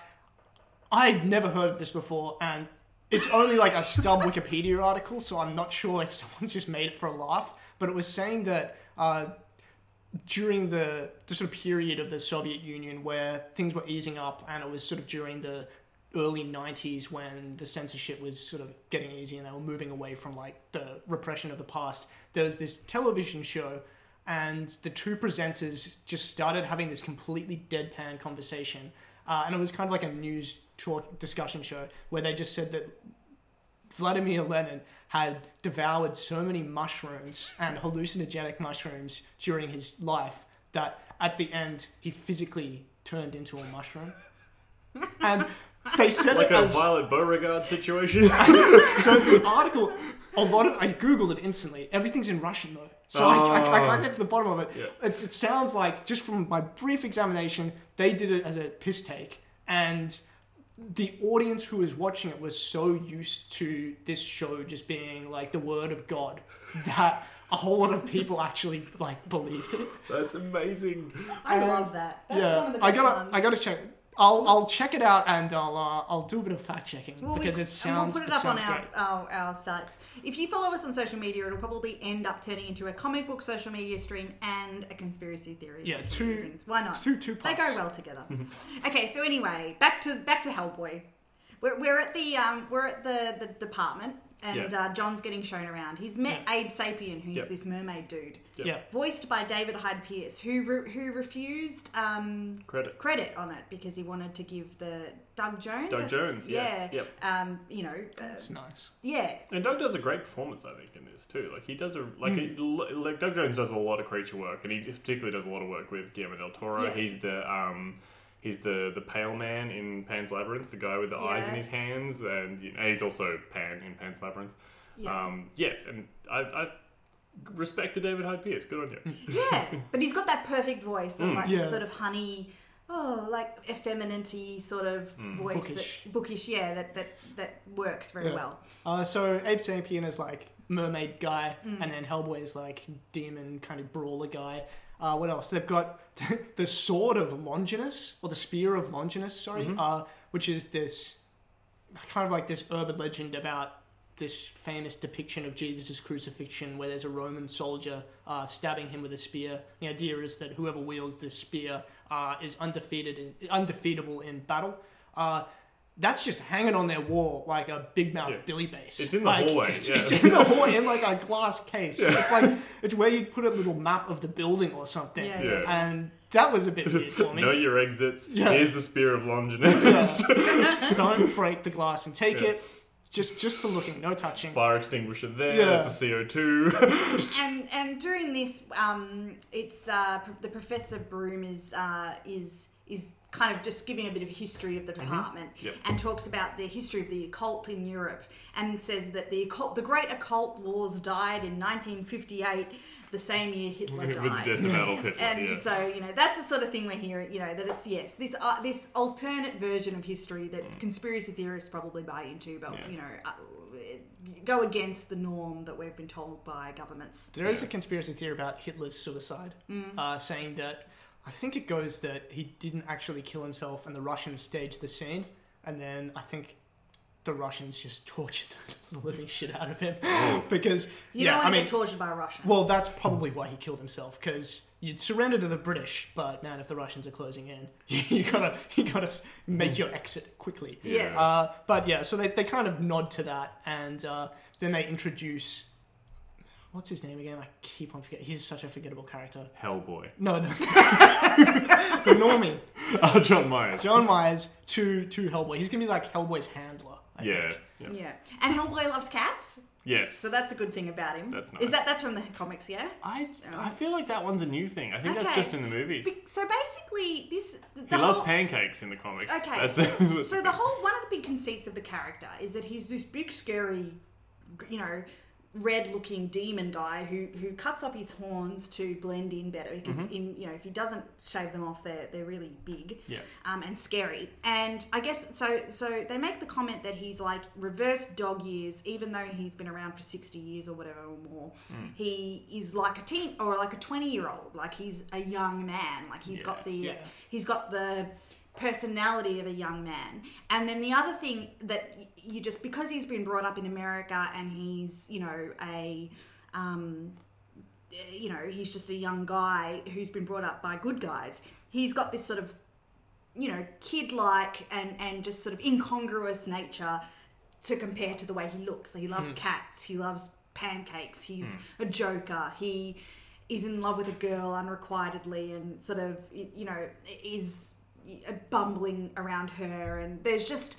I've never heard of this before, and it's only like a stub Wikipedia article, so I'm not sure if someone's just made it for a laugh. But it was saying that. Uh, during the, the sort of period of the Soviet Union where things were easing up, and it was sort of during the early 90s when the censorship was sort of getting easy and they were moving away from like the repression of the past, there was this television show, and the two presenters just started having this completely deadpan conversation. Uh, and it was kind of like a news talk discussion show where they just said that Vladimir Lenin had devoured so many mushrooms and hallucinogenic mushrooms during his life that at the end he physically turned into a mushroom. And they said
Like
it
a
as
Violet Beauregard situation.
so the article. A lot of I googled it instantly. Everything's in Russian though, so I, I, I can't get to the bottom of it. It, it sounds like just from my brief examination, they did it as a piss take, and the audience who was watching it was so used to this show just being like the word of God that a whole lot of people actually like believed it.
that's amazing.
I love that. That's
yeah,
one of the
I
best
gotta
ones.
I gotta check. I'll, I'll check it out and I'll uh, I'll do a bit of fact checking
Well, we-
because it
and
sounds
We'll put it, up on
sounds
our, uh,
great.
our our sites. If you follow us on social media, it'll probably end up turning into a comic book social media stream and a conspiracy theory.
Yeah,
social media
two-
things. Why not?
two- two
They go
parts. Mm-hmm.
well together. okay, so anyway, back to back to Hellboy. We're, we're at the um, we're at the, the department, and
Yeah.
uh, John's getting shown around. He's met Abe Sapien, who's
Yeah.
this mermaid dude.
Yeah.
Voiced by David Hyde Pierce, who re- who refused um,
Credit.
credit on it because he wanted to give the Doug Jones.
Doug
I-
Jones, yes, yep.
Um, you know, uh,
It's nice.
yeah.
And Doug does a great performance, I think, in this too. Like he does a
Hmm.
like, a- like Doug Jones does a lot of creature work, and he just particularly does a lot of work with Guillermo del Toro.
Yeah.
He's the um, he's the the pale man in Pan's Labyrinth, the guy with the eyes in
Yeah.
his hands, and, you know, he's also Pan in Pan's Labyrinth.
Yeah.
um, yeah and I, I respect to David Hyde Pierce. Good on you.
Yeah. but he's got that perfect voice
Mm.
and like this
Yeah.
sort of honey, oh, like effeminate sort of
Mm.
voice
Bookish.
that bookish, yeah, that that that works very
Yeah.
well.
Uh, so Abe Sapien is like mermaid guy, and then Hellboy is like demon kind of brawler guy. Uh, what else? They've got the sword of Longinus, or the spear of Longinus, sorry, uh, which is this kind of like this urban legend about this famous depiction of Jesus' crucifixion, where there's a Roman soldier uh, stabbing him with a spear. The idea is that whoever wields this spear uh, is undefeated, in, undefeatable in battle. Uh, that's just hanging on their wall like a big mouth
Yeah.
Billy base.
It's in the
Like,
hallway,
It's,
yeah.
it's in the hallway in like a glass case. It's like it's where you put a little map of the building or something.
Yeah,
yeah. Yeah.
And that was a bit weird for me.
know your exits.
Yeah.
Here's the spear of Longinus.
Don't break the glass and take it. Just just for looking, no touching.
Fire extinguisher there.
Yeah.
That's a CO two.
And and during this, um, it's uh, pr- the Professor Broom is uh, is is kind of just giving a bit of history of the department
Yep.
and talks about the history of the occult in Europe and says that the occult, the great occult wars died in 1958, the same year Hitler
with
died.
death of Adolf Hitler.
And
yeah.
so you know that's the sort of thing we're hearing. You know that it's yes, this uh, this alternate version of history that conspiracy theorists probably buy into, but
Mm. Yeah.
you know uh, go against the norm that we've been told by governments.
There is a conspiracy theory about Hitler's suicide, uh, saying that I think it goes that he didn't actually kill himself, and the Russians staged the scene, and then I think the Russians just tortured the living shit out of him because
You
yeah,
don't want
I
to
mean,
get tortured by a Russian.
well, that's probably why he killed himself because you'd surrender to the British, but man, if the Russians are closing in, you gotta you gotta make your exit quickly.
yes.
Uh, but yeah, so they, they kind of nod to that, and uh, then they introduce. what's his name again? I keep on forgetting. He's such a forgettable character.
Hellboy.
No, the, the normie.
Oh, John Myers.
John Myers to to Hellboy. He's gonna be like Hellboy's handler. I
Yeah.
think.
yeah.
Yeah. And Hellboy loves cats.
Yes.
So that's a good thing about him.
That's
Is
nice.
that that's from the comics, yeah?
I I feel like that one's a new thing. I think that's
Oh. Okay.
just in the movies.
Be- So basically, this the
He loves
whole-
pancakes in the comics.
Okay.
That's,
so the whole one of the big conceits of the character is that he's this big scary, you know, red-looking demon guy who who cuts off his horns to blend in better because
Mhm.
in you know if he doesn't shave them off they're they're really big
Yeah.
um, and scary and I guess so so they make the comment that he's like reverse dog years even though he's been around for sixty years or whatever or more
Mm.
he is like a teen or like a twenty year old like he's a young man like he's got the
Yeah.
he's got the personality of a young man. And then the other thing that y- you just because he's been brought up in America and he's you know a um, eh, you know he's just a young guy who's been brought up by good guys. He's got this sort of you know kid like and and just sort of incongruous nature to compare to the way he looks. So he loves
Hmm.
cats. He loves pancakes. He's
Hmm.
a joker. He is in love with a girl unrequitedly and sort of y- you know is bumbling around her and there's just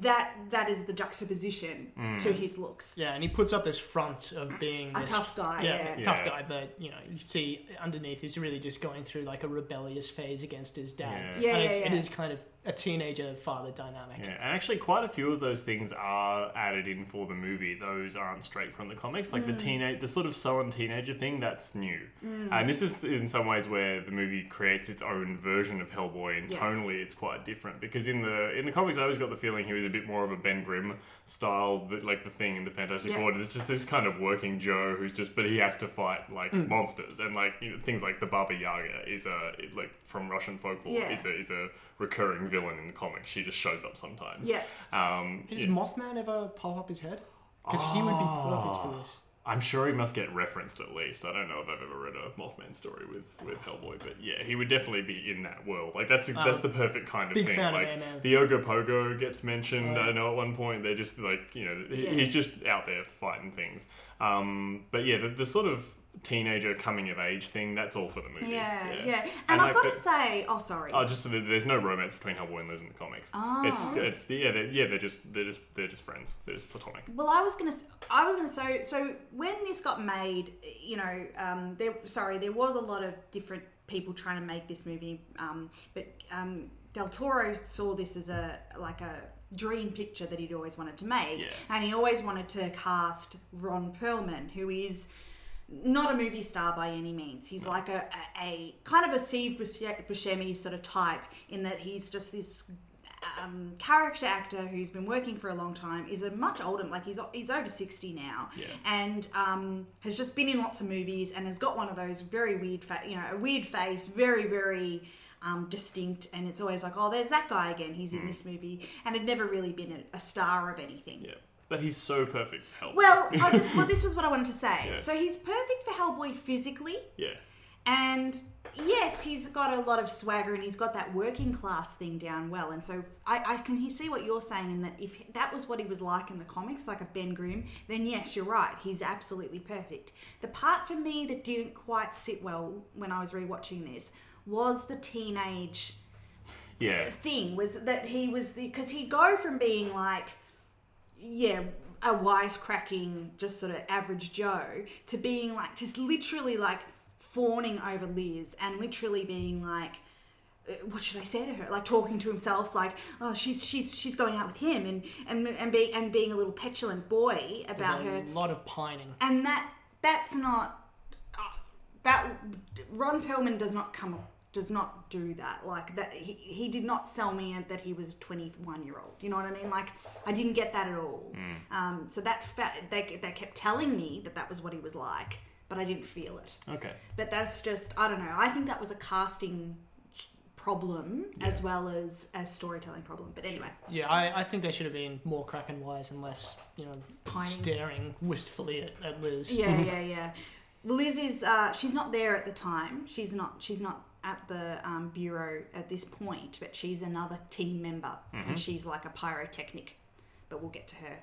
that that is the juxtaposition
Mm.
to his looks
Yeah, and he puts up this front of being
A
this-
tough guy, yeah.
tough
Yeah.
guy, but you know, you see underneath he's really just going through like a rebellious phase against his dad.
Yeah. Yeah,
and
yeah,
it's, it
yeah.
is kind of a teenager father dynamic.
Yeah, and actually, quite a few of those things are added in for the movie. Those aren't straight from the comics. Like the
Mm.
teenage, the sort of sullen teenager thing, that's new.
Mm.
And this is, in some ways, where the movie creates its own version of Hellboy, and
Yeah.
tonally, it's quite different. Because in the in the comics, I always got the feeling he was a bit more of a Ben Grimm style, that, like the thing in the Fantastic
Yeah.
Four. It's just this kind of working Joe who's just, but he has to fight like
Mm.
monsters and like you know, things like the Baba Yaga is a like from Russian folklore
Yeah.
is a is a recurring villain in the comics. She just shows up sometimes.
Yeah.
Um,
Does
yeah.
Mothman ever pop up his head? Because he would be perfect for
Ah.
this.
I'm sure he must get referenced at least. I don't know if I've ever read a Mothman story with, with Hellboy, but yeah, he would definitely be in that world. Like that's that's
Oh.
the perfect kind of
Big
thing.
fan of
like
Ant-Man.
the Ogopogo gets mentioned.
Oh, yeah.
I know at one point they're just like you know he-
Yeah.
he's just out there fighting things. Um, but yeah, the, the sort of teenager coming of age thing that's all for the movie.
yeah yeah, and, i've
like,
got to
the-
say oh sorry
Oh, just so that there's no romance between Hellboy and Liz in the comics.
Ah.
It's it's yeah they're, yeah they're just they're just they're just friends. They're just platonic.
Well, I was gonna, s- I was gonna. So, so when this got made, you know, um, there. Sorry, there was a lot of different people trying to make this movie, um, but um, Del Toro saw this as a like a dream picture that he'd always wanted to make,
Yeah.
and he always wanted to cast Ron Perlman, who is not a movie star by any means. He's like a, a, a kind of a Steve Busce- Buscemi sort of type in that he's just this um, character actor who's been working for a long time. Is a much older, like he's he's over sixty now,
Yeah.
and um, has just been in lots of movies and has got one of those very weird, fa- you know, a weird face, very very. Um, distinct, and it's always like, oh, there's that guy again. He's in
Mm.
this movie, and had never really been a, a star of anything. Yeah.
But he's so perfect for Hellboy.
Well, I just well, this was what I wanted to say.
Yeah.
So he's perfect for Hellboy physically,
yeah.
and yes, he's got a lot of swagger, and he's got that working class thing down well. And so I, I can he see what you're saying in that if that was what he was like in the comics, like a Ben Grimm, then yes, you're right. He's absolutely perfect. The part for me that didn't quite sit well when I was rewatching this was the teenage
Yeah.
thing was that he was because he'd go from being like yeah a wisecracking just sort of average joe to being like just literally like fawning over liz and literally being like uh, what should I say to her? Like talking to himself, like, oh, she's she's she's going out with him, and and and being and being a little petulant boy
There's
about
a
her
lot of pining.
and that that's not uh, that Ron Perlman does not come does not do that like that he, he did not sell me that he was a 21 year old you know what I mean like I didn't get that at all um, so that fa- they, they kept telling me that that was what he was like but I didn't feel it
Okay.
but that's just I don't know I think that was a casting problem as well as a storytelling problem but anyway
Yeah, I, I think they should have been more crack and wise and less, you know,
Pining.
staring wistfully at, at Liz.
Yeah, yeah, yeah. Liz is uh, she's not there at the time. She's not she's not at the um, bureau at this point, but she's another team member,
Mhm.
and she's like a pyrotechnic. but we'll get to her.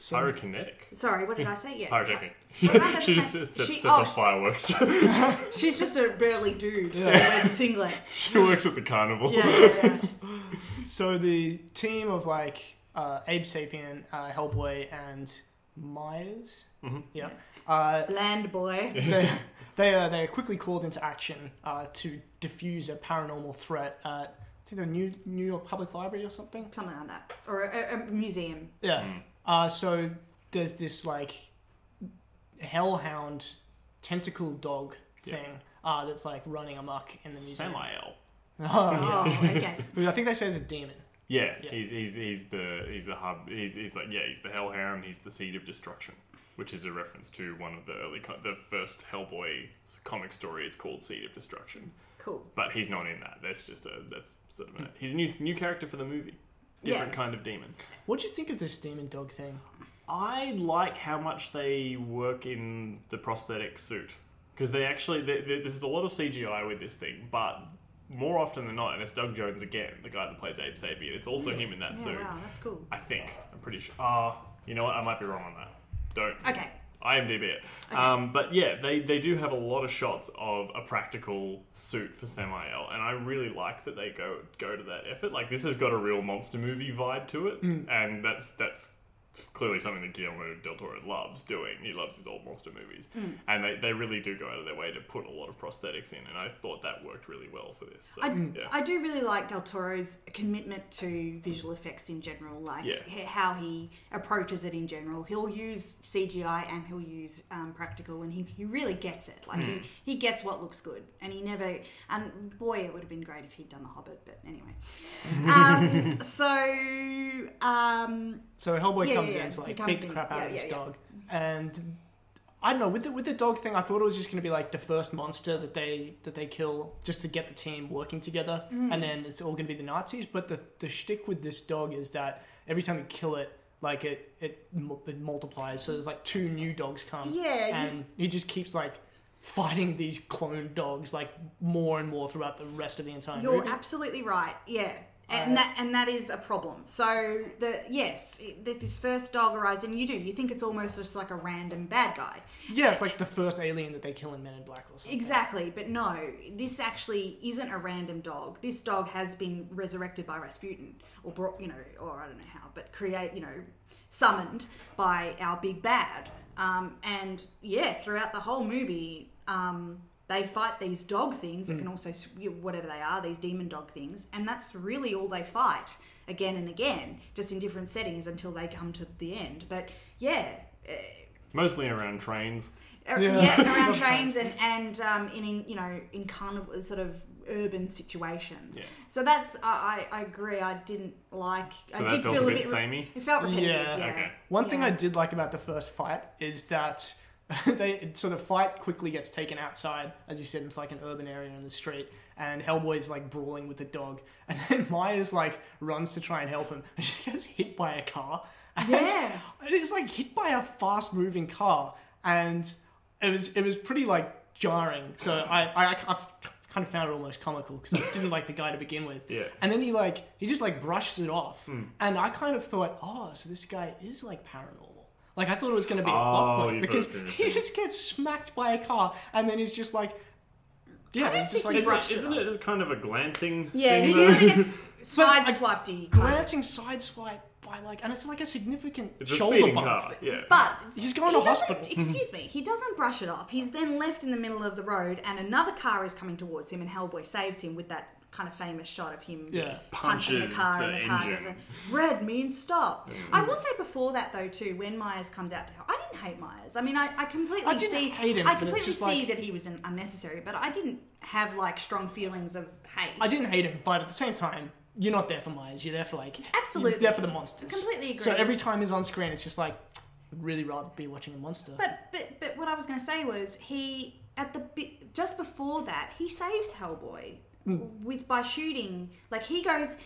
Pyrokinetic.
Sorry, what did I say? Yeah.
Pyrotechnic.
What I had
she
to
just
say-
sets, sets
she-
off
oh,
fireworks.
She's just a burly dude who
Yeah.
wears a singlet.
she works at the carnival.
Yeah, yeah, yeah.
So the team of like uh, Abe Sapien, uh, Hellboy, and Myers.
Mhm.
Yeah. Uh,
Land boy.
they they are they are quickly called into action uh, to defuse a paranormal threat at I think the New New York Public Library or something.
Something like that. Or a, a a museum.
Yeah. Uh, so there's this like hellhound tentacle dog
Yeah.
thing uh, that's like running amok in the museum.
Samael.
Oh, okay.
I think they say it's a demon.
Yeah,
Yeah.
He's, he's he's the he's the hub. He's, he's like yeah, he's the hellhound. He's the seed of destruction, which is a reference to one of the early co- the first Hellboy comic story is called Seed of Destruction.
Cool.
But he's not in that. That's just a that's sort of a, he's a new new character for the movie. Different
Yeah.
kind of demon.
What do you think of this demon dog thing?
I like how much they work in the prosthetic suit because they actually they, they, there's a lot of CGI with this thing, but more often than not, and it's Doug Jones again, the guy that plays Abe Sapien. It's also him in that
Yeah,
suit.
wow, that's cool.
I think. I'm pretty sure. Uh, you know what? I might be wrong on that. Don't.
Okay.
IMDb it. Um, but yeah, they, they do have a lot of shots of a practical suit for Samael, and I really like that they go go to that effort. Like this has got a real monster movie vibe to it, and that's that's clearly something that Guillermo del Toro loves doing. He loves his old monster movies, and they, they really do go out of their way to put a lot of prosthetics in, and I thought that worked really well for this. So,
I,
yeah.
I do really like Del Toro's commitment to visual effects in general, like
Yeah.
h- how he approaches it in general. He'll use CGI and he'll use um, practical, and he, he really gets it. Like he, he gets what looks good, and he never. And boy, it would have been great if he'd done The Hobbit, but anyway. Um, so um,
So Hellboy
Yeah,
comes
yeah,
in
yeah.
to
He
like
comes
beat the
in.
crap out
Yeah,
of this
yeah, yeah.
dog, and I don't know with the with the dog thing. I thought it was just going to be like the first monster that they that they kill just to get the team working together,
Mm.
and then it's all going to be the Nazis. But the the shtick with this dog is that every time you kill it, like it it, mu- it multiplies. So there's like two new dogs come,
Yeah, you-
and he just keeps like fighting these clone dogs like more and more throughout the rest of the entire
You're
movie.
absolutely right. Yeah. And that and that is a problem. So the yes, it- that this first dog arrives, and you do you think it's almost just like a random bad guy,
yeah, it's like the first alien that they kill in Men in Black or something.
exactly. But no, this actually isn't a random dog. This dog has been resurrected by Rasputin, or brought you know, or I don't know how, but create you know, summoned by our big bad. Um, and yeah, throughout the whole movie, um, they fight these dog things that can also s- you- whatever they are these demon dog things and that's really all they fight again and again just in different settings until they come to the end but yeah eh,
Mostly around trains.
uh,
Yeah.
yeah. around trains and and um, in, in you know in kind of sort of urban situations.
Yeah.
So that's I, I I agree. I didn't like.
So
I
that
did
felt
feel a
a bit
bit. re-
samey?
It felt repetitive.
Yeah,
Yeah.
okay.
One thing
Yeah.
I did like about the first fight is that they so the fight quickly gets taken outside, as you said, into like an urban area in the street, and Hellboy's like brawling with the dog, and then Myers like runs to try and help him, and she gets hit by a car. And
Yeah.
it's like hit by a fast moving car, and it was it was pretty like jarring. So I I, I kind of found it almost comical because I didn't like the guy to begin with.
Yeah. Hmm.
And then he like he just like brushes it off, and I kind of thought, oh, so this guy is like paranormal. Like I thought it was going to be a plot
Oh,
point
you thought it
because
was gonna
he
be-
just gets smacked by a car, and then he's just like, yeah, he's
think
just like
he
Isn't,
brushed
isn't it kind of a glancing?
Yeah,
thing
he
though?
usually gets
But a
sideswiped.
glancing sideswipe by like, and it's like a significant
It's a
shoulder
speeding
bump.
car. Yeah.
But
He's going to
he doesn't-
hospital.
Excuse me. He doesn't brush it off. He's then left in the middle of the road, and another car is coming towards him, and Hellboy saves him with that kind of famous shot of him
Yeah.
punching the
Punches
car,
the
and the car
engine.
doesn't. Red means stop. I
Mm.
will say before that though too, when Myers comes out to help, I didn't hate Myers. I mean, I, I completely
I didn't
see.
hate him,
I
but it's
completely
just
see
like-
that he was an unnecessary, but I didn't have like strong feelings of hate.
I didn't hate him, but at the same time, you're not there for Myers. You're there for like
Absolutely.
You're there for the monsters.
Completely agree.
So every time he's on screen, it's just like, I'd really rather be watching a monster.
But but but what I was going to say was he at the bi- just before that he saves Hellboy with by shooting like he goes.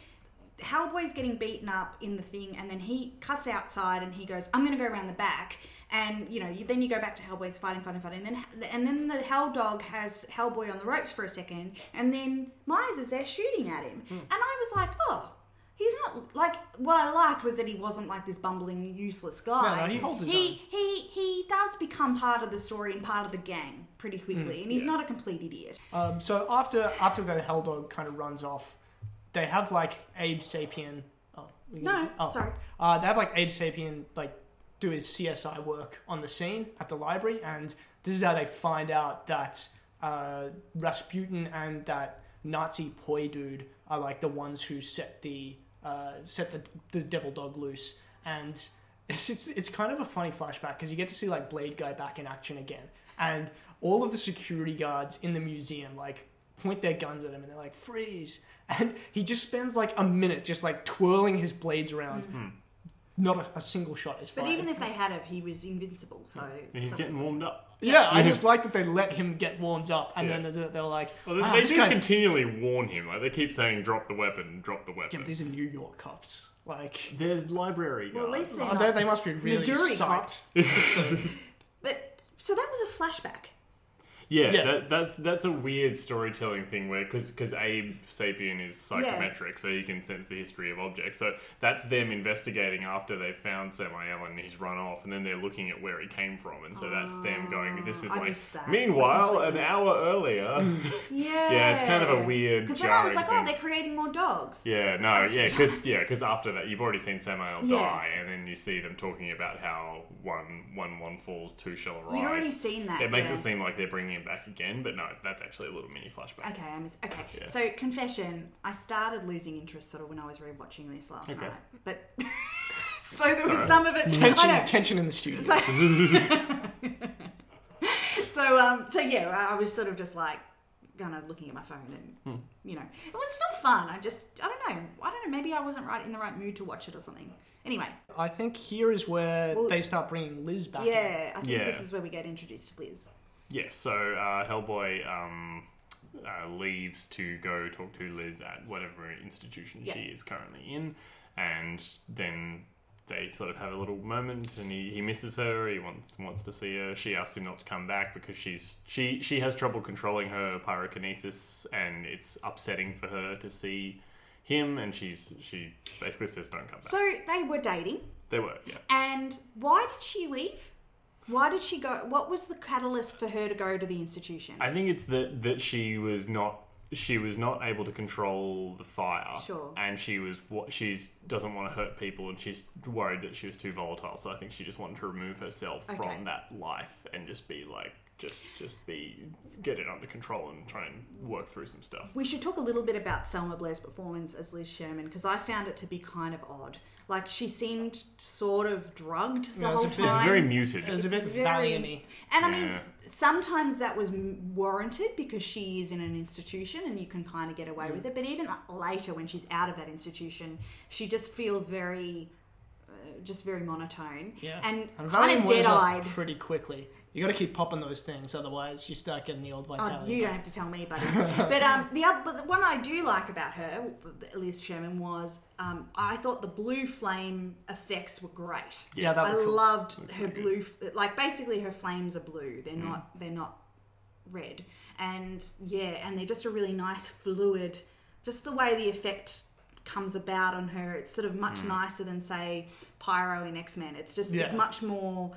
Hellboy's getting beaten up in the thing, and then he cuts outside and he goes, "I'm going to go around the back." And you know, you, then you go back to Hellboy's fighting, fighting, fighting, and then and then the Hell Dog has Hellboy on the ropes for a second, and then Myers is there shooting at him, and I was like, "Oh, He's not like what I liked was that he wasn't like this bumbling, useless guy.
No, no, he holds his
he,
own.
He he does become part of the story and part of the gang pretty quickly,
Mm,
and he's
yeah.
not a complete idiot.
Oh,
Um, so after after the hell dog kind of runs off, they have like Abe Sapien. Oh, we
No,
oh.
sorry.
Uh, they have like Abe Sapien like do his CSI work on the scene at the library, and this is how they find out that uh, Rasputin and that Nazi poi dude are like the ones who set the uh, set the the devil dog loose, and it's it's, it's kind of a funny flashback because you get to see like Blade Guy back in action again, and all of the security guards in the museum like point their guns at him and they're like freeze and he just spends like a minute just like twirling his blades around not a, a single shot is
But
fired.
even if they had have, he was invincible. So
He's
so-
getting warmed up.
yeah, I just like that they let him get warmed up, and then they're, they're like,
Well, they
"Ah,
they
this
do
guy-
continually warn him. Like they keep saying, "Drop the weapon, drop the
Yeah,
weapon."
but these are New York cops. Like
they're library
Well, at least they're
Oh,
not
they, they must be really
Missouri
psyched.
cops. but so that was a flashback.
Yeah,
Yeah.
That, that's that's a weird storytelling thing where because Abe Sapien is psychometric, so he can sense the history of objects. So that's them investigating after they found Samael and he's run off, and then they're looking at where he came from, and so that's them going. This is
Ah, I
like.
missed that.
Meanwhile, an hour earlier.
Yeah.
yeah, it's kind of a weird.
Because then I was like,
jarring
oh, they're creating more dogs.
Yeah, no, yeah, because after that you've already seen Samael
Yeah.
die, and then you see them talking about how one one one falls, two shall arise.
You'd already seen that,
It makes
yeah.
it seem like they're bringing him back again, but no, that's actually a little mini flashback.
Okay, I miss. Okay,
Yeah.
so confession: I started losing interest sort of when I was rewatching this last
Okay.
night, but so there was
Sorry.
some of it. I
Tension,
know.
tension in the studio.
So, so um, so yeah, I I was sort of just like kind of looking at my phone and you know it was still fun. I just I don't know. I don't know. Maybe I wasn't right in the right mood to watch it or something. Anyway,
I think here is where
Well-
they start bringing Liz back. in.
yeah, I think
Yeah.
this is where we get introduced to Liz.
Yes, so uh, Hellboy um, uh, leaves to go talk to Liz at whatever institution she
Yeah.
is currently in, and then they sort of have a little moment, and he, he misses her. He wants wants to see her. She asks him not to come back because she's she she has trouble controlling her pyrokinesis, and it's upsetting for her to see him. And she's she basically says, "Don't come back."
So they were dating,
they were yeah.
and why did she leave? Why did she go? What was the catalyst for her to go to the institution?
I think it's that that she was not she was not able to control the fire.
Sure.
And she was what she's doesn't want to hurt people, and she's worried that she was too volatile. So I think she just wanted to remove herself
Okay.
from that life and just be like just just be get it under control and try and work through some stuff.
We should talk a little bit about Selma Blair's performance as Liz Sherman because I found it to be kind of odd. Like she seemed sort of drugged the
Yeah, it's
whole
a bit-
time.
It's very muted.
It was a bit
Very-
valiant
And I mean,
Yeah.
sometimes that was m- warranted because she is in an institution and you can kind of get away with it. But even uh, later, when she's out of that institution, she just feels very, uh, just very monotone
Yeah.
and, kind
Valium
of
wears
dead
off
eyed.
pretty quickly. You got to keep popping those things, otherwise you start getting the old
Oh,
vitality.
you don't have to tell me, buddy. but um, the other, but the one I do like about her, Liz Sherman, was um, I thought the blue flame effects were great.
yeah, that
I
was cool.
loved her blue, f- like basically her flames are blue.
Mm.
They're not, they're not red, and yeah, and they're just a really nice fluid. Just the way the effect comes about on her, it's sort of much nicer than say pyro in X Men. It's just it's
Mm. Yeah.
much more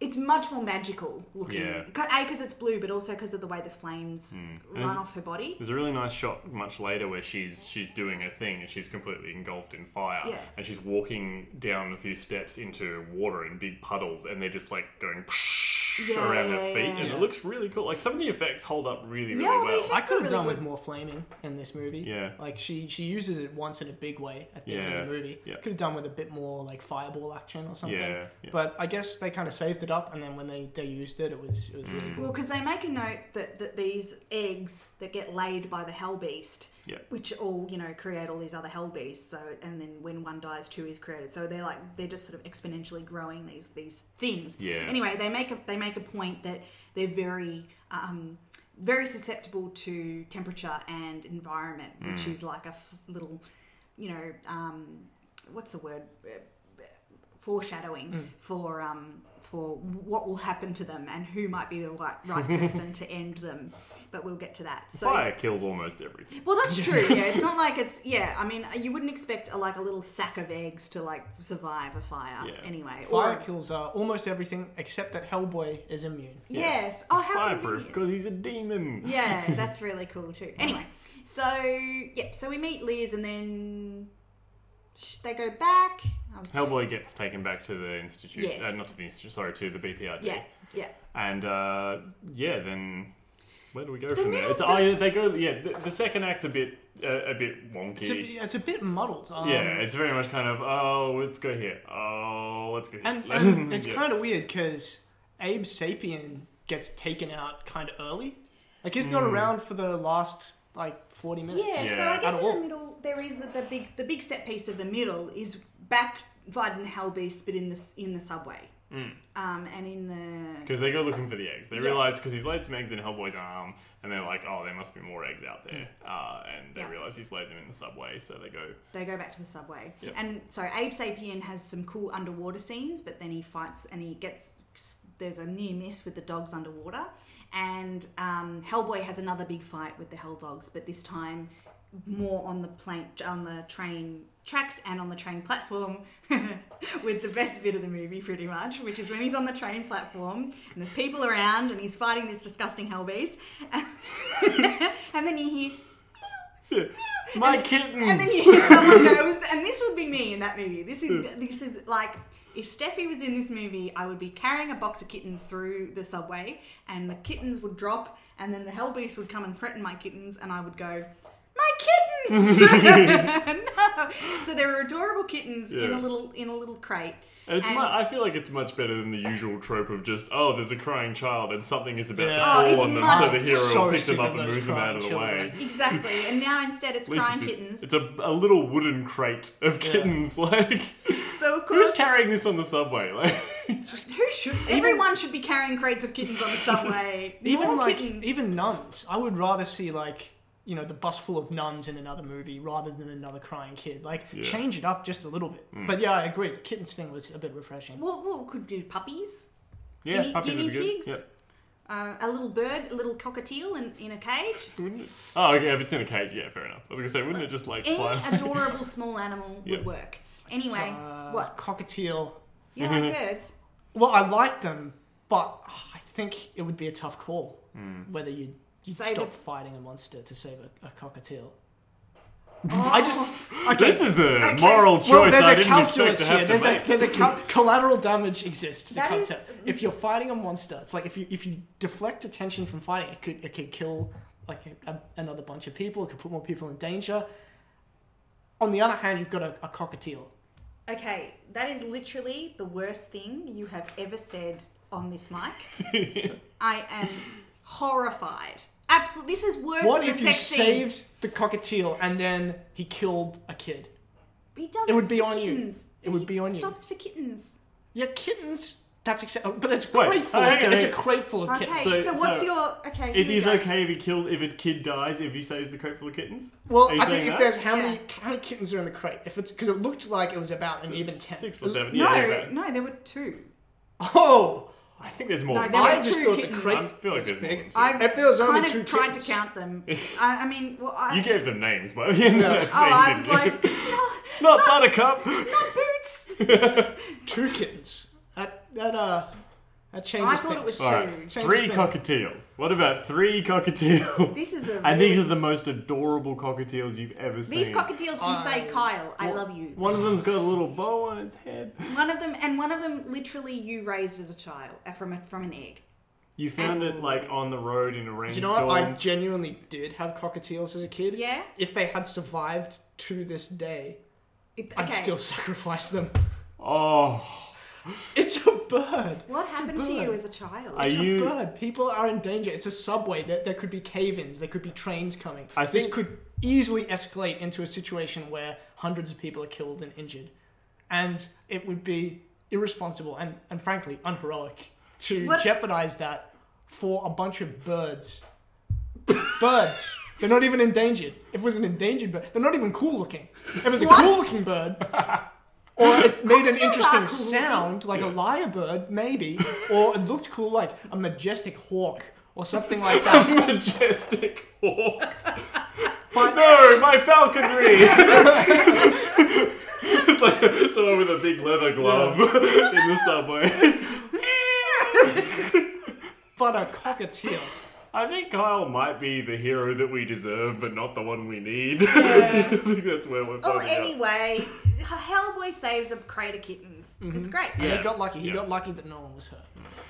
it's much more magical looking.
Yeah.
Co- A because it's blue, but also because of the way the flames run
it's-
off her body.
Hmm. There's a really nice shot much later where she's she's doing her thing and she's completely engulfed in fire
Yeah.
and she's walking down a few steps into water in big puddles and they're just like going psh
Yeah,
around
yeah,
her feet
yeah.
and
Yeah.
it looks really cool. Like some of the effects hold up really really
Yeah, they
well.
fit-
I could have
Really
done
good.
with more flaming in this movie.
Yeah.
like she she uses it once in a big way at the end of the
Yeah,
movie.
yeah.
Could have done with a bit more like fireball action or something.
Yeah, yeah.
But I guess they kind of saved it up, and then when they they used it, it was, it was
Mm.
really cool.
Well, because they make a note that, that these eggs that get laid by the hell beast,
Yeah.
which all you know create all these other hell beasts. So and then when one dies, two is created. So they're like they're just sort of exponentially growing these these things.
Yeah.
Anyway, they make a they make a point that they're very um, very susceptible to temperature and environment, which
Hmm.
is like a f- little you know um, what's the word. Uh, Foreshadowing for um, for what will happen to them and who might be the right, right person to end them. But we'll get to that. So
Fire kills almost everything.
Well, that's true. Yeah, it's not like it's yeah. I mean, you wouldn't expect a, like a little sack of eggs to like survive a fire
Yeah.
anyway.
Fire
Or-
kills uh, almost everything except that Hellboy is immune.
Yes. Oh, how
Fireproof
convenient.
because he's a demon.
Yeah, that's really cool too. Anyway, so yep. So we meet Liz, and then sh- they go back. I was-
Hellboy gets taken back to the institute.
Yes.
Uh, not to the institute. Sorry, to the BPRD.
Yeah, yeah.
And uh, yeah, then where do we go from there?
middle-
It's, oh, yeah, they go. Yeah, the, the second act's a bit uh, a bit wonky.
It's a, it's a bit muddled. Um,
yeah, it's very much kind of oh, let's go here. Oh, let's go here.
And, and it's
Yeah.
kind of weird because Abe Sapien gets taken out kind of early. Like he's
Mm.
not around for the last like forty minutes.
Yeah, so I guess
At
in
all.
the middle there is the big the big set piece of the middle is back Viden Hellbeast, but in the s- in the subway,
Mm.
um, and in the
Because they go looking for the eggs. They
Yeah.
realize because he's laid some eggs in Hellboy's arm, and they're like, "Oh, there must be more eggs out there." Uh, and they
Yeah.
realize he's laid them in the subway, so they go.
they go back to the subway,
Yep.
and so Abe Sapien has some cool underwater scenes, but then he fights and he gets there's a near miss with the dogs underwater, and um, Hellboy has another big fight with the Hell Dogs, but this time more on the plane on the train tracks and on the train platform with the best bit of the movie pretty much which is when he's on the train platform and there's people around and he's fighting this disgusting hell beast and, and then you hear
My kittens.
and then you hear someone goes, and this would be me in that movie. This
Hmm.
is this is like if Steffi was in this movie, I would be carrying a box of kittens through the subway, and the kittens would drop, and then the hell beast would come and threaten my kittens, and I would go. My kittens! no. So there are adorable kittens in
Yeah.
a little in a little crate.
And it's
And-
mu- I feel like it's much better than the usual trope of just oh, there's a crying child and something is about
Yeah. Oh,
to fall
it's
on them,
much-
so the hero
So
will pick them
sick
up
of
and
those
move them out
crying
of the
children.
way.
Exactly. And now instead it's
At least
crying
it's a-
kittens.
It's a, a little wooden crate of kittens. Like
so of
who's
course
carrying this on the subway? Like
who should everyone should be carrying crates of kittens on the subway.
even
More
like
kittens.
even nuns. I would rather see like you know the bus full of nuns in another movie rather than another crying kid. Like change it up just a little bit.
Mm.
But yeah, I agree. The kittens thing was a bit refreshing.
What, what could do puppies?
yeah,
Guinea-
puppies would
guinea
be good.
pigs?
Yeah.
Uh, a little bird, a little cockatiel in, in a cage.
Oh, okay, if it's in a cage, yeah, fair enough. I was gonna say, wouldn't it just like
Any
fly?
adorable small animal
Yeah.
would work. Anyway,
Uh,
what?
cockatiel?
You like
Mm-hmm.
birds?
Well, I like them, but ah, I think it would be a tough call
Mm.
whether you'd, you'd
Save
stop
it.
fighting a monster to save a, a cockatiel. I just
Oh,
okay.
This is a moral choice.
well, there's
I
a
didn't expect
calculus
to have to
here. There's a
make.
there's a cal- collateral damage exists. Is a
That is-
concept. If you're fighting a monster, it's like if you if you deflect attention from fighting, it could it could kill like a, another bunch of people. It could put more people in danger. On the other hand, you've got a, a cockatiel.
Okay, that is literally the worst thing you have ever said on this mic. I am horrified. Absolutely, this is worse
What
than
if
the
you
sex scene.
saved the cockatiel and then he killed a kid?
He does
it would be
for
on you.
kittens.
It would
He
be on you.
Stops for kittens.
Yeah, kittens. That's acceptable, but it's
Wait,
grateful.
hang on,
it's a
hang on.
grateful of
Okay,
kittens.
so,
So-
what's
so
your okay? here
It
we
is
go.
okay if he killed if a kid dies if he saves the crate full of kittens.
Well,
Are you
I think
saying
if
that?
there's how many
Yeah.
how many kittens are in the crate? If it's because it looked like it was about an even ten.
six or seven.
No,
yeah, yeah,
no, there were two.
Oh,
I think there's more.
No,
than
there
that.
were
I just
two
thought
kittens.
the crate.
I feel like
was
there's more
big.
than two.
I've
If there was only
kind
two
of tried
kittens.
to count them. I, I mean, well, I,
You gave them names by the end of that
oh,
scene.
I
didn't
was
you?
like, no,
not Buttercup.
not boots.
Two kittens. That that uh, that changes
I thought it
things.
was two.
All right,
Change
three
this thing.
cockatiels. What about three cockatiels?
This is a
and
really-
these are the most adorable cockatiels you've ever seen.
These cockatiels can say, "Kyle, I love you."
One of them's got a little bow on its head.
One of them, and one of them, literally, you raised as a child uh, from a, from an egg.
You found it like on the road in a
You
rainstorm.
know what? I genuinely did have cockatiels as a kid.
Yeah?
If they had survived to this day,
It-
I'd
okay,
still sacrifice them.
Oh,
It's a bird.
what happened to
bird.
you as a child?
I-
It's
You-
a bird. People are in danger. It's a subway. There, there could be cave-ins. There could be trains coming.
I
This
think-
could easily escalate into a situation where hundreds of people are killed and injured, and it would be irresponsible and, and frankly unheroic to
What-
jeopardize that for a bunch of birds. birds. They're not even endangered. If it was an endangered bird, they're not even cool looking. If it was a
What?
cool looking bird, or it made an
Cocktails
interesting
are cool.
sound, like a lyrebird, maybe, or it looked cool, like a majestic hawk or something like that.
majestic hawk. No, my falconry. it's like someone with a big leather glove in the subway.
but a cockatiel.
I think Kyle might be the hero that we deserve, but not the one we need. I think that's where we're.
Oh,
Well,
finding out.
Oh, anyway, Hellboy saves a crate of kittens. It's great.
And
Mm-hmm. Yeah.
he got lucky. He
Yeah.
got lucky that no one was hurt.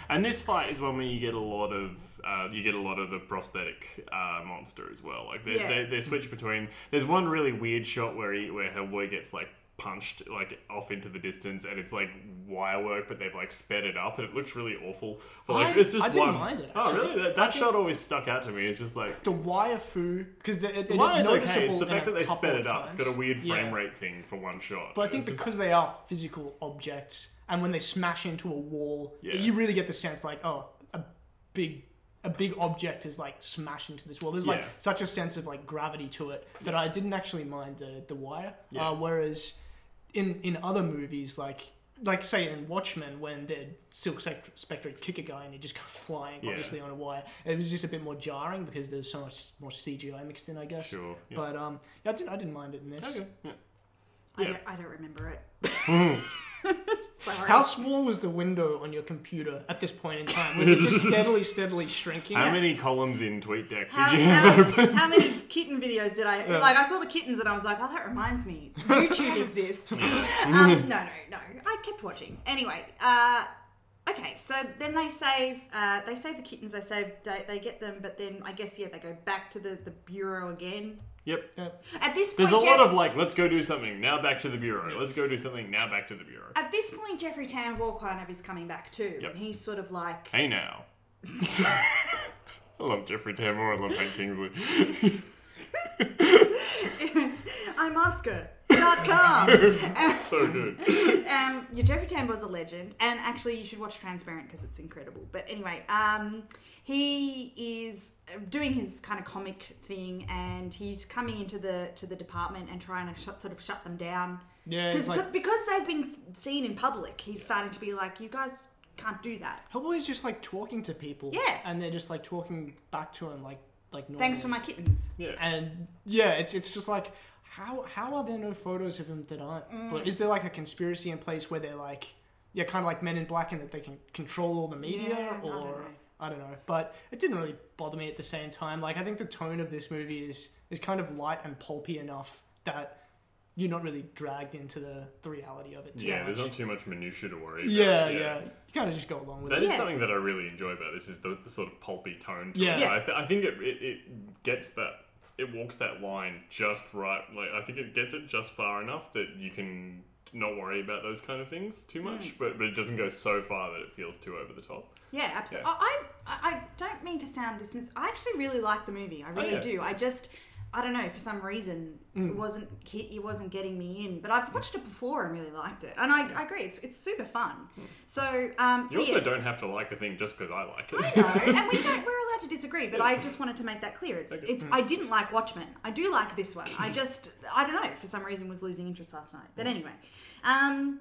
And this fight is one where you get a lot of uh, you get a lot of the prosthetic uh, monster as well. Like they,
Yeah.
they, they switch between. There's one really weird shot where he, where Hellboy gets like punched like off into the distance, and it's like wire work, but they've like sped it up, and it looks really awful. But like
I-
it's just
I didn't
one.
mind it,
oh
actually.
really? That, that shot always stuck out to me. It's just like.
The wire foo, because it, it
The
is
wire's
noticeable
okay. It's the
in
fact
a
that they
couple
sped
of
it up. It's
times.
got a weird frame
Yeah.
rate thing for one shot.
But I think because they are physical objects, and when they smash into a wall,
Yeah.
you really get the sense like, oh, a big, a big object is like smashed into this wall. There's like
Yeah.
such a sense of like gravity to it that I didn't actually mind the the wire.
Yeah.
Uh, whereas in in other movies, like like say in Watchmen, when the Silk Spectre, Spectre kick a guy and he just go flying,
Yeah.
obviously on a wire, it was just a bit more jarring because there's so much more CGI mixed in, I guess.
Sure, yeah.
But um, yeah, I didn't I didn't mind it in this.
Okay. Yeah.
I,
Yeah. Mm-hmm.
don't, I don't remember it. Sorry.
How small was the window on your computer at this point in time? Was it just steadily, steadily shrinking?
How many columns in TweetDeck
How,
did you have
how,
open?
how many kitten videos did I like? I saw the kittens and I was like, "Oh, that reminds me, YouTube exists." um, no, no, no. I kept watching anyway. Uh, okay, so then they save uh, they save the kittens. They save they, they get them, but then I guess yeah, they go back to the, the bureau again.
Yep.
Uh,
At this point,
There's a
Jeff-
lot of like, let's go do something now. Back to the bureau. Let's go do something now. Back to the bureau.
at this point, Jeffrey Tan Wall kind of is coming back too,
Yep.
and he's sort of like,
Hey now. I love Jeffrey Tambor. I love Hank Kingsley.
"I'm Oscar.com."
so good.
um, yeah, Jeffrey Tambor's a legend, and actually, you should watch Transparent because it's incredible. But anyway, um, he is uh, doing his kind of comic thing, and he's coming into the to the department and trying to shut, sort of shut them down.
Yeah,
because
it's like-
because they've been seen in public, he's starting to be like, "You guys can't do that."
Hellboy's just like talking to people.
Yeah.
And they're just like talking back to him, like like normal.
Thanks for my kittens.
And yeah, it's it's just like how how are there no photos of him that aren't?
Mm.
But is there like a conspiracy in place where they're like yeah, kind of like Men in Black, and that they can control all the media,
Yeah, I don't
or
know.
I don't know. But it didn't really bother me at the same time. Like I think the tone of this movie is is kind of light and pulpy enough that you're not really dragged into the, the reality of it. Too
Yeah,
much.
there's not too much minutia to worry about.
Yeah, yeah, You kind of just go along with
That
it.
is
Yeah.
something that I really enjoy about this is the, the sort of pulpy tone to
Yeah.
it.
Yeah.
I, th- I think it, it, it gets that it walks that line just right. Like I think it gets it just far enough that you can not worry about those kind of things too much, but but it doesn't go so far that it feels too over the top.
Yeah, absolutely.
Yeah.
I, I I don't mean to sound dismissive. I actually really like the movie. I really
yeah.
do. I just I don't know for some reason it wasn't it wasn't getting me in. But I've watched it before and really liked it. And I, I agree. It's it's super fun. So um so
You also
yeah.
don't have to like a thing just because I like it.
No, and we don't. We're allowed to disagree, but I just wanted to make that clear. It's, it's. I didn't like Watchmen. I do like this one. I just, I don't know, for some reason, was losing interest last night. But anyway, um,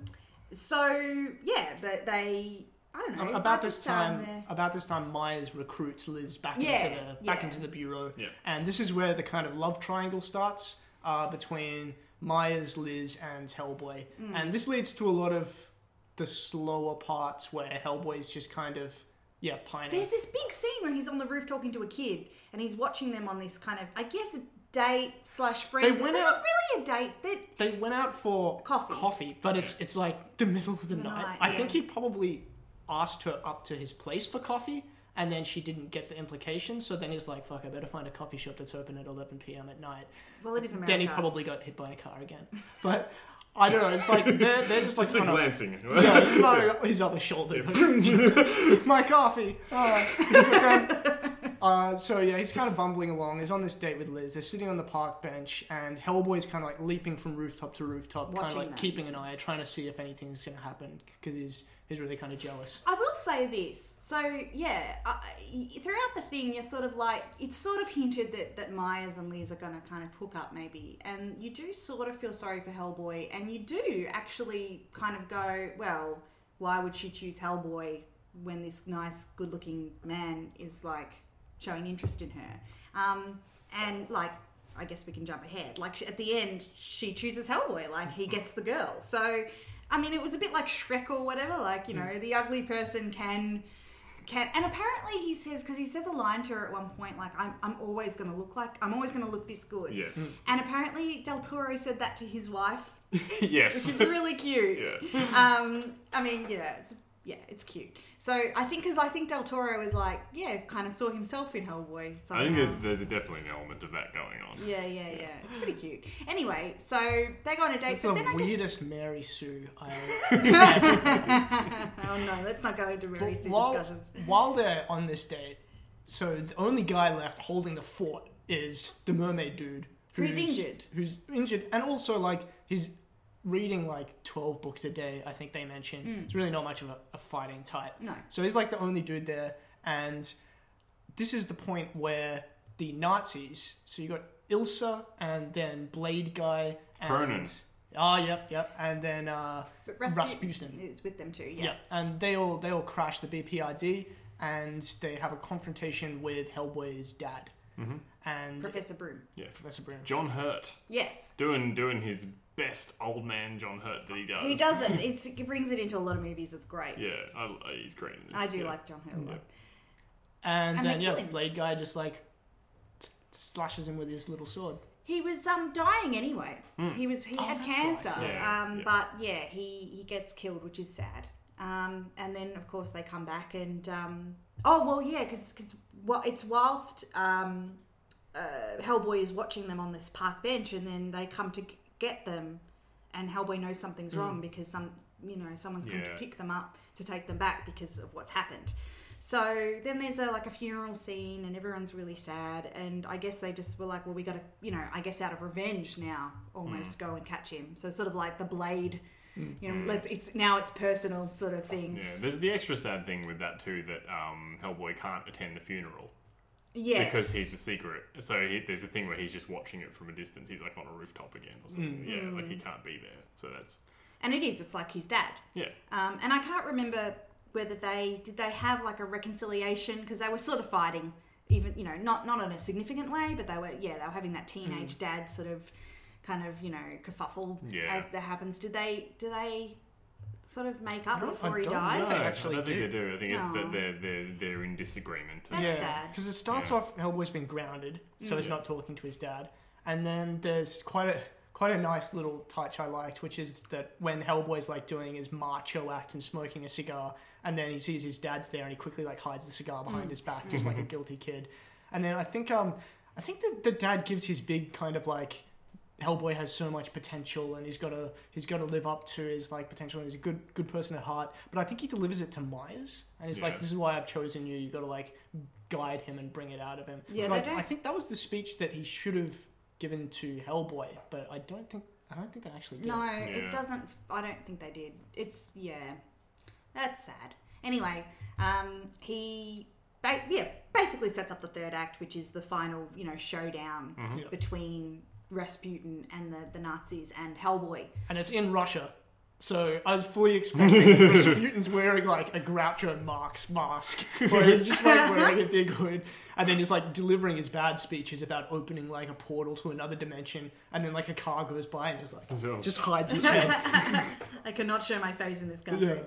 so yeah, they, they I don't know
about
by
this
the
time,
they're-
about this time myers recruits liz back into
Yeah,
the back
yeah.
into the bureau
Yeah.
and this is where the kind of love triangle starts uh, between myers liz and hellboy and this leads to a lot of the slower parts where hellboy's just kind of yeah pining
There's this big scene where he's on the roof talking to a kid, and he's watching them on this kind of, I guess, a date slash friend.
They went
They're
out-
not really a date. They're,
they went out for
Coffee.
but it's it's like the middle of the, night.
night,
I
yeah.
think he probably asked her up to his place for coffee, and then she didn't get the implications. So then he's like, "Fuck, I better find a coffee shop that's open at 11 p.m. at night."
well, it is America.
Then he probably got hit by a car again. But I don't know. It's like they're, they're just like
Just a
on a-
glancing.
yeah, it's like his other shoulder. My coffee. Oh, but then Uh, so yeah, he's kind of bumbling along. He's on this date with Liz. They're sitting on the park bench, and Hellboy's kind of like leaping from rooftop to rooftop, kind of
Watching
like
them.
keeping an eye, trying to see if anything's going to happen because he's he's really kind of jealous.
I will say this. So yeah, I, y- throughout the thing, you're sort of like it's sort of hinted that that Myers and Liz are gonna kind of hook up maybe, and you do sort of feel sorry for Hellboy, and you do actually kind of go, well, why would she choose Hellboy when this nice, good-looking man is like showing interest in her? Um, and like, I guess we can jump ahead. Like at the end, she chooses Hellboy. Like he gets the girl. So. I mean, it was a bit like Shrek or whatever. Like you know, the ugly person can can. And apparently, he says because he says a line to her at one point, like "I'm I'm always going to look like I'm always going to look this good."
Yes. Mm.
And apparently, Del Toro said that to his wife,
yes.
which is really cute.
Yeah.
Um, I mean, yeah, it's yeah, it's cute. So I think because I think Del Toro is like yeah, kind of saw himself in Hellboy. Somehow.
I think there's there's definitely an element of that going on.
yeah, yeah, yeah. It's pretty cute. Anyway, so they go on a date,
It's
but
the
then I guess
weirdest Mary Sue. I
Oh no, let's not go into really
But
serious
while,
discussions.
while they're on this date, so the only guy left holding the fort is the mermaid dude.
Who's injured.
Who's injured. And also, like, he's reading, like, 12 books a day, I think they mentioned.
Mm.
It's really not much of a, a fighting type.
No.
So he's, like, the only dude there. And this is the point where the Nazis, so you got Ilsa and then Blade Guy and.
Cronin.
Oh, yep, yep. And then uh,
But
Rasputin.
is with them too.
Yeah.
Yeah.
and they all they all crash the BPRD, and they have a confrontation with Hellboy's dad
Mm-hmm.
and
Professor Broom.
Yes.
Professor Brown.
John Hurt
Yes.
doing doing his best old man John Hurt that he does.
He does it. It's, it brings it into a lot of movies. It's great.
Yeah, I, I- he's great. in this,
I do
yeah.
like John Hurt a lot.
And,
And
then
they
yeah,
kill him.
Blade guy just like s- slashes him with his little sword.
He was um dying anyway.
Hmm.
He was he
Oh,
had
that's
cancer.
right.
Yeah,
um,
yeah.
but yeah, he he gets killed, which is sad. Um, and then of course they come back and um, oh well yeah because because well, it's whilst um, uh, Hellboy is watching them on this park bench, and then they come to g- get them, and Hellboy knows something's
Hmm.
wrong because some you know someone's come to
Yeah.
pick them up to take them back because of what's happened. So then there's a like a funeral scene and everyone's really sad and I guess they just were like, well, we got to you know I guess out of revenge now
Mm.
almost go and catch him. So sort of like the blade, you know, let's it's now it's personal sort of thing.
Yeah, there's the extra sad thing with that too that um, Hellboy can't attend the funeral
Yes,
because he's a secret. So he, there's a thing where he's just watching it from a distance. He's like on a rooftop again or
Mm.
something. Yeah, like he
Mm.
can't be there. So that's
and it is it's like his dad.
yeah.
Um, and I can't remember whether they did they have like a reconciliation because they were sort of fighting, even you know, not not in a significant way, but they were yeah they were having that teenage
Mm.
dad sort of kind of you know kerfuffle
Yeah.
as that happens. Did they do they sort of make up
No, I
before he
don't
No,
dies?
know.
I
actually
don't think
do.
they do. I think it's
Aw.
that they're they're they're in disagreement.
That's sad.
because it starts
Yeah. Mm.
off Hellboy's been grounded, so he's not talking to his dad, and then there's quite a quite a nice little touch I liked, which is that when Hellboy's like doing his macho act and smoking a cigar, and then he sees his dad's there, and he quickly like hides the cigar behind
Mm.
his back, just like a guilty kid. And then I think um I think that the dad gives his big kind of like Hellboy has so much potential, and he's got to he's got to live up to his like potential. And he's a good good person at heart, but I think he delivers it to Myers, and he's
Yeah.
like, "This is why I've chosen you. You got to like guide him and bring it out of him."
Yeah,
Like,
they don't-
I think that was the speech that he should have given to Hellboy, but I don't think I don't think they actually did.
No,
Yeah.
it doesn't. I don't think they did. It's yeah, that's sad. Anyway, um, he ba- yeah basically sets up the third act, which is the final you know showdown
Yeah.
between Rasputin and the the Nazis and Hellboy.
and it's in Russia. So I was fully expecting Rasputin's wearing like a Groucho Marx mask, where he's just like wearing a big hood, and then he's like delivering his bad speeches about opening like a portal to another dimension, and then like a car goes by and he's like
So-
just hides his head.
I cannot show my face in this country.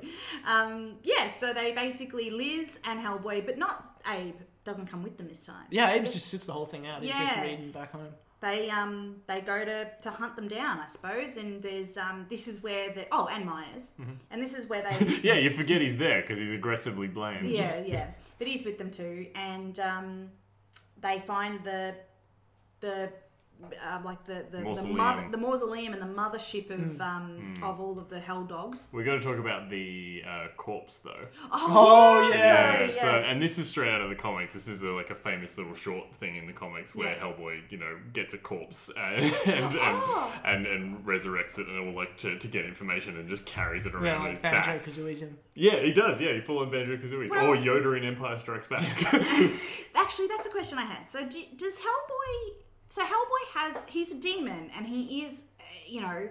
Um, yeah, so they basically Liz and Hellboy, but not Abe. Doesn't come with them this time.
Yeah, Abe just sits the whole thing out. He's just
Yeah.
reading back home.
they um they go to to hunt them down, I suppose. And there's um this is where the oh and Myers, and this is where they
Yeah, you forget he's there because he's aggressively blamed.
yeah yeah, but he's with them too, and um they find the the um, like the the the,
Mausoleum.
mother, the mausoleum and the mothership of
Mm.
um,
Mm.
of all of the hell dogs.
We got to talk about the uh, corpse though.
Oh, yeah. Sorry,
So,
yeah.
and this is straight out of the comics. This is a, like a famous little short thing in the comics where
Yeah.
Hellboy, you know, gets a corpse and and,
Oh.
and, and resurrects it and all like to, to get information and just carries it around
Yeah,
on
like
his back.
Banjo Kazooie's in.
Yeah, he does. Yeah, he full on Banjo Kazooie
Well-
or Yoda in Empire Strikes Back.
Actually, that's a question I had. So, do, does Hellboy? So Hellboy has he's a demon and he is, uh, you know,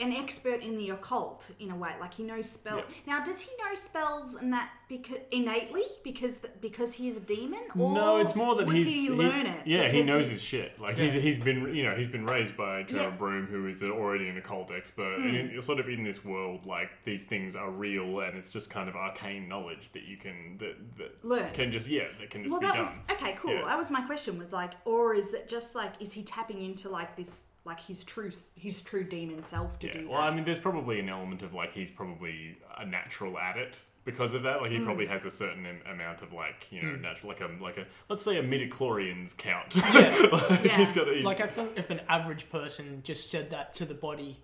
an expert in the occult in a way. Like he knows spell.
Yep.
Now, does he know spells and that because innately because th- because he is a demon? Or
no, it's more that
would-
he's
did he
he-
learn it?
Yeah, he
because
knows his shit. Like he's
Yeah.
he's been you know he's been raised by Gerald
Yeah.
Broom, who is already an occult expert, and
Mm.
in, sort of in this world, like these things are real, and it's just kind of arcane knowledge that you can that, that
Learn.
can just yeah that can just
well,
be
that
done.
was okay. Cool.
Yeah.
That was my question. Was like, or is it just like, is he tapping into like this, like his true, s- his true demon self to
Yeah.
do
Well,
that?
I mean, there's probably an element of like he's probably a natural at it because of that. Like he
Mm.
probably has a certain am- amount of like you know
Hmm.
Mm.
natural like a like a let's say a midichlorians count.
Yeah.
like, He's got he's,
Like I think if an average person just said that to the body,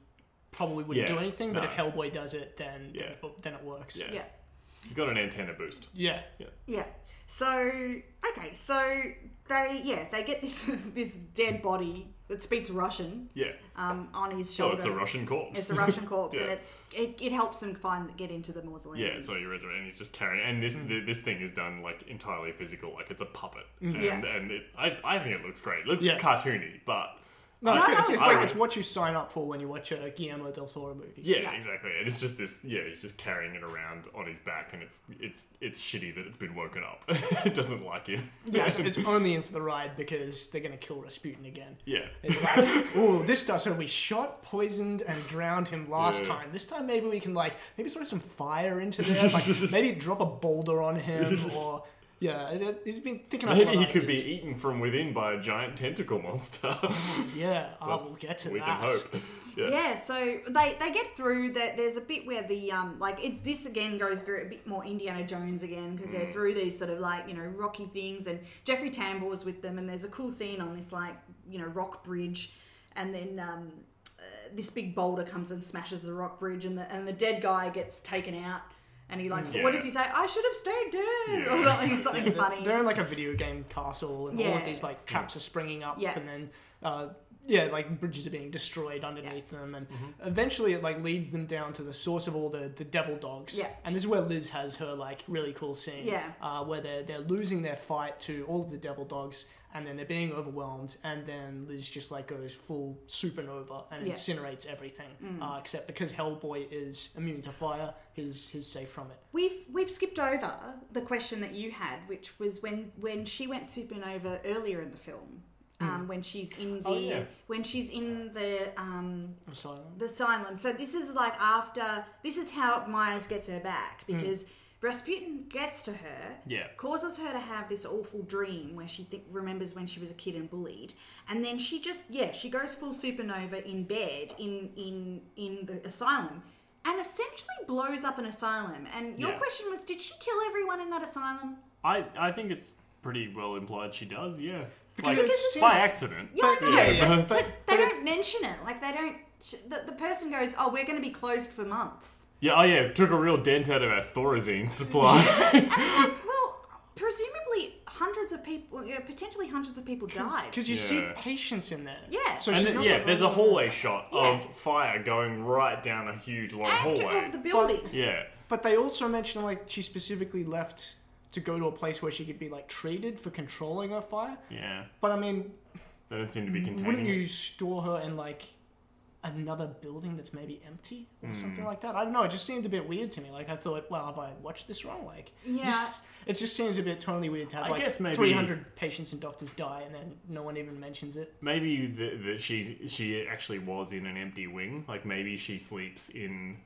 probably wouldn't
Yeah,
do anything. But
no.
if Hellboy does it, then then,
Yeah.
it, then it works.
Yeah. Yeah. he's got an antenna boost.
Yeah.
Yeah.
Yeah. So okay, so they yeah they get this this dead body that speaks Russian.
Yeah.
Um, on his
Oh,
shoulder.
it's a Russian corpse.
It's a Russian corpse,
Yeah.
and it's it, it helps him find get into the mausoleum.
Mm.
Yeah, so you're resurrected, and he's just carrying. And this th this thing is done like entirely physical, like it's a puppet,
Mm.
and,
Yeah.
and it, I, I think it looks great. It looks
Yeah.
cartoony, but
No, it's
I-
good. It's, it's
I
like
would-
it's what you sign up for when you watch a Guillermo del Toro movie.
yeah, exactly. And it's just this. Yeah, he's just carrying it around on his back, and it's it's it's shitty that it's been woken up. it doesn't like you.
Yeah, it's, it's only in for the ride because they're gonna kill Rasputin again.
Yeah.
It's like, ooh, this does so we shot, poisoned, and drowned him last
Yeah.
time. This time maybe we can like maybe throw some fire into there, like maybe drop a boulder on him, or yeah, it- it- he's been thinking up a
Maybe
lot
he
of
could be
ideas.
eaten from within by a giant tentacle monster.
Yeah, I
That's-
will get to
we
that.
can hope. Yeah.
Yeah, so they they get through that. There's a bit where the um like it, this again goes very a bit more Indiana Jones again because they're
Mm.
through these sort of like you know rocky things and Jeffrey Tambor was with them and there's a cool scene on this like you know rock bridge and then um uh, this big boulder comes and smashes the rock bridge and the and the dead guy gets taken out and he like
Yeah.
what does he say I should have stayed dead or
Yeah.
something
Yeah,
something
they're-
funny
They're in like a video game castle, and all
Yeah.
of these like traps are springing up,
Yeah.
and then uh, yeah, like bridges are being destroyed underneath them, and eventually it like leads them down to the source of all the the devil dogs.
Yeah.
and this is where Liz has her like really cool scene.
Yeah.
uh, where they're they're losing their fight to all of the devil dogs. And then they're being overwhelmed, and then Liz just like goes full supernova and
Yeah.
incinerates everything.
Mm.
Uh, except because Hellboy is immune to fire, he's he's safe from it.
We've we've skipped over the question that you had, which was when when she went supernova earlier in the film, um, when she's in the
Mm. Oh, yeah.
when she's in the um,
Asylum.
the asylum. So this is like after this is how Myers gets her back
Mm.
because Rasputin gets to her,
Hmm. Yeah.
causes her to have this awful dream where she think, remembers when she was a kid and bullied, and then she just yeah she goes full supernova in bed in in in the asylum. And essentially blows up an asylum. And your
Yeah.
question was, did she kill everyone in that asylum?
I I think it's pretty well implied she does. Yeah,
Because
like,
it's-
by accident.
Yeah, I know.
but-
But they don't mention it. Like they don't. sh- The, the person goes, "Oh, we're going to be closed for months."
Yeah, oh yeah, took a real dent out of our Thorazine supply.
Presumably, hundreds of people, you know, potentially hundreds of people died.
Because you see
Yeah.
patients in there.
Yeah.
So
and
she's
then-
not
yeah,
just-
there's a hallway shot
Yeah.
of fire going right down a huge long hallway.
of the building.
yeah.
But they also mention like she specifically left to go to a place where she could be like treated for controlling her fire.
Yeah.
But I mean,
They don't seem to be containing
wouldn't you
it.
store her in like another building that's maybe empty or something
Hmm.
like that? I don't know. It just seemed a bit weird to me. Like I thought, well, have I watched this wrong? Like,
Yeah.
just- it just seems a bit totally weird to have
I
like
guess maybe-
300 patients and doctors die and then no one even mentions it.
Maybe that that she's she actually was in an empty wing. Like maybe she sleeps in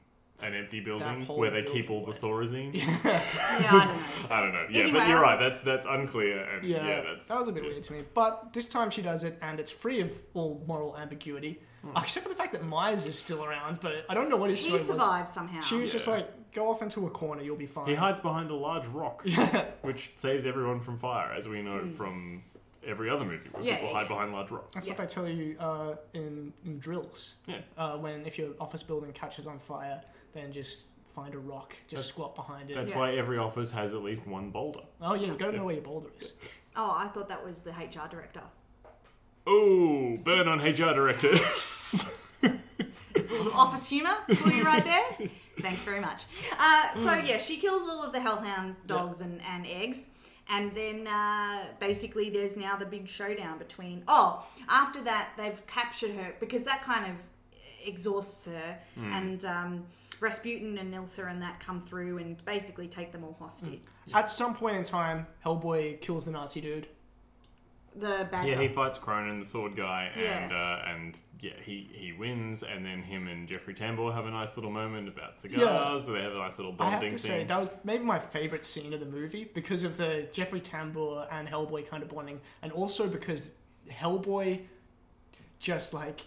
an empty building
whole
where they
building
keep all the Thorazine. I don't know. Yeah,
Anyway,
but you're
I
right. That's that's unclear. And yeah,
Yeah,
that's
that was a bit weird to me. But this time she does it, and it's free of all moral ambiguity,
Hmm.
Uh, except for the fact that Myers is still around. But I don't know what his
He
story was.
survived somehow.
She was just
Yeah.
like, "Go off into a corner, you'll be fine."
He hides behind a large rock, which saves everyone from fire, as we know from every other movie where
Mm. Yeah,
people
yeah,
hide
yeah.
behind large rocks.
That's what they tell you uh, in, in drills.
Yeah.
Uh, when if your office building catches on fire, then just find a rock, just
That's-
squat behind it.
That's why every office has at least one boulder.
Oh yeah, you gotta know where your boulder is.
Oh, I thought that was the HR director.
Oh, burn on HR directors.
It's a little office humour for you right there. Thanks very much. Uh, so yeah, she kills all of the hellhound dogs and, and eggs. And then uh, basically, there's now the big showdown between. Oh, after that, they've captured her because that kind of exhausts her.
Hmm.
And um, Rasputin and Nilsa and that come through and basically take them all hostage.
At some point in time, Hellboy kills the Nazi dude.
The bad
yeah,
guy.
he fights Cronin, the sword guy,
Yeah.
and uh, and yeah, he, he wins, and then him and Jeffrey Tambor have a nice little moment about
Yeah.
cigars. So they have a nice little
I
bonding
have to
thing.
say that was maybe my favorite scene of the movie because of the Jeffrey Tambor and Hellboy kind of bonding, and also because Hellboy just like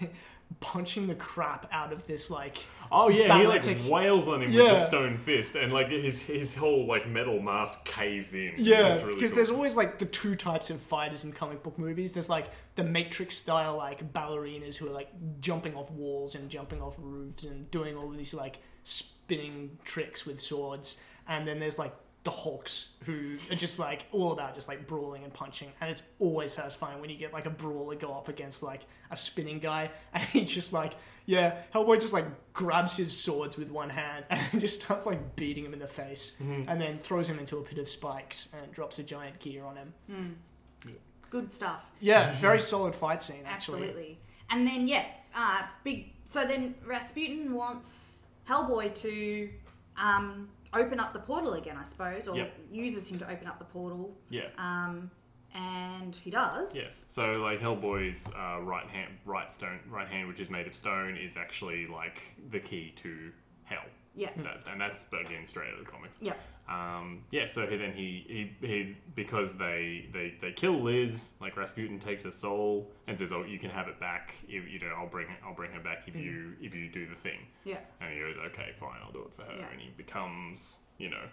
punching the crap out of this like.
Oh yeah, he like
balletic-
wails on him
Yeah.
with a stone fist, and like his his whole like metal mask caves in.
Yeah,
It's
because
really cool.
there's always like the two types of fighters in comic book movies. There's like the Matrix style like ballerinas who are like jumping off walls and jumping off roofs and doing all these like spinning tricks with swords, and then there's like the Hulks who are just like all about just like brawling and punching, and it's always satisfying when you get like a brawler go up against like a spinning guy, and he just like yeah, Hellboy just like grabs his swords with one hand and just starts like beating him in the face,
Mhm.
and then throws him into a pit of spikes and drops a giant gear on him.
Hmm. Good stuff.
Yeah, very solid fight scene actually.
Absolutely. And then yeah, uh, big. So then Rasputin wants Hellboy to um, open up the portal again, I suppose, or
Yep.
uses him to open up the portal.
Yeah.
Um, and he does.
Yes. So like Hellboy's uh, right hand, right stone, right hand, which is made of stone, is actually like the key to hell.
Yeah.
Hmm.
That's, and that's again straight out of the comics.
Yep.
Um, yeah. So he, then he, he he because they they they kill Liz. Like Rasputin takes her soul and says, "Oh, you can have it back. If, you know, I'll bring I'll bring her back if
Mhm.
you if you do the thing."
Yeah.
And he goes, "Okay, fine, I'll do it for her."
Yeah.
And he becomes, you know,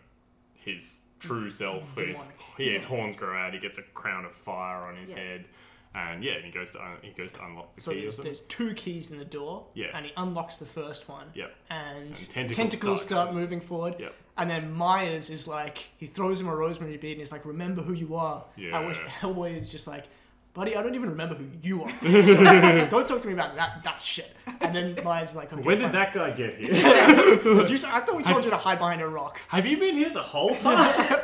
his true self. His,
Mm-hmm. Demonic.
yeah, his
Yeah.
horns grow out. He gets a crown of fire on his
Yeah.
head, and yeah, and he goes to un- he goes to unlock the
So
key. or
there's,
something.
there's two keys in the door,
Yeah.
and he unlocks the first one.
Yep.
And,
And
tentacles,
tentacles
start, moving forward.
Yep.
And then Myers is like, he throws him a rosemary bead and he's like, remember who you are. I wish
Yeah.
Hellboy is just like, buddy, I don't even remember who you are. So don't talk to me about that that shit. And then Myers is like, okay,
When did
fine.
that guy get here?
You said- I thought we told you to hide behind a rock.
Have you been here the whole time?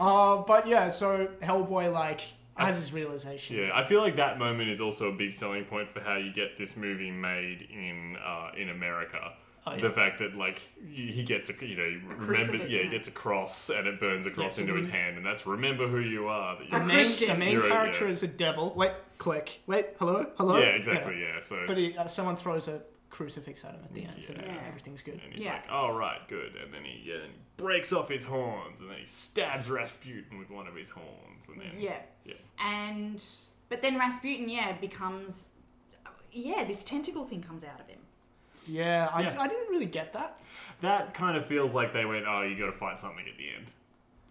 Uh, but yeah, so Hellboy like has his realization.
yeah, I feel like that moment is also a big selling point for how you get this movie made in uh, in America.
Oh, yeah.
The fact that like he he gets a you know you remember
crucifix,
yeah,
yeah.
he gets a cross and it burns across
Yes,
into his
mhm.
hand and that's remember who you are. that
The
you're-
main, the main
you're a-
character
yeah.
is a devil. Wait, click. Wait, hello, hello.
Yeah, exactly, yeah, so-
but he, uh, someone throws a crucifix at him at the end, so
Yeah.
then everything's good.
And he's like, all right, good. And then he, yeah, then he breaks off his horns and then he stabs Rasputin with one of his horns. And then,
Yeah.
yeah.
And but then Rasputin, yeah, becomes yeah, this tentacle thing comes out of him.
yeah, I,
Yeah.
I didn't really get that.
That kind of feels like they went, oh, you got to fight something at the end.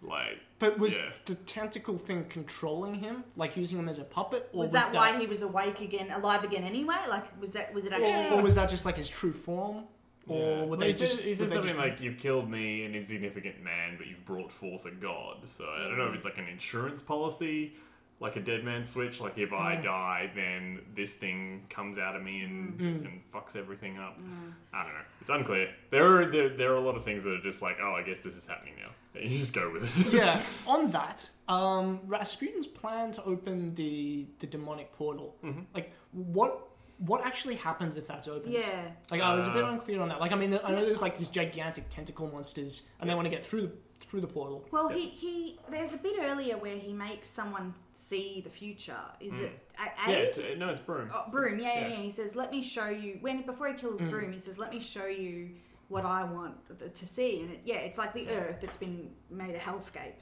Like,
But was
yeah.
the tentacle thing controlling him, like using him as a puppet, or
Was, that, why he was awake again, alive again anyway? Like was that was it actually
or, or was that just like his true form, or
Yeah.
were
Well,
they
he
just?
says, he
were
says
they
something
just-
like, "You've killed me, an insignificant man, but you've brought forth a god." So I don't know if it's like an insurance policy, like a dead man switch. Like if I
Yeah.
die, then this thing comes out of me and,
Mm.
and fucks everything up.
Mm.
I don't know. It's unclear. There are there, there are a lot of things that are just like, "Oh, I guess this is happening now," and you just go with it.
yeah. On that, um, Rasputin's plan to open the the demonic portal,
Mm-hmm.
like what what actually happens if that's open?
Yeah.
Like I was a bit
Uh,
unclear on that. Like I mean, I know there's like these gigantic tentacle monsters, and they want to get through the through the portal.
Well, he, he there's a bit earlier where he makes someone see the future. Is
Mm.
it a,
yeah,
Abe?
it's, uh, no, it's broom.
Oh, Broom, yeah, yeah, yeah. He says, "Let me show you." When before he kills
Mm.
Broom, he says, "Let me show you what I want th- to see." And it, yeah, it's like the Earth that's been made a hellscape,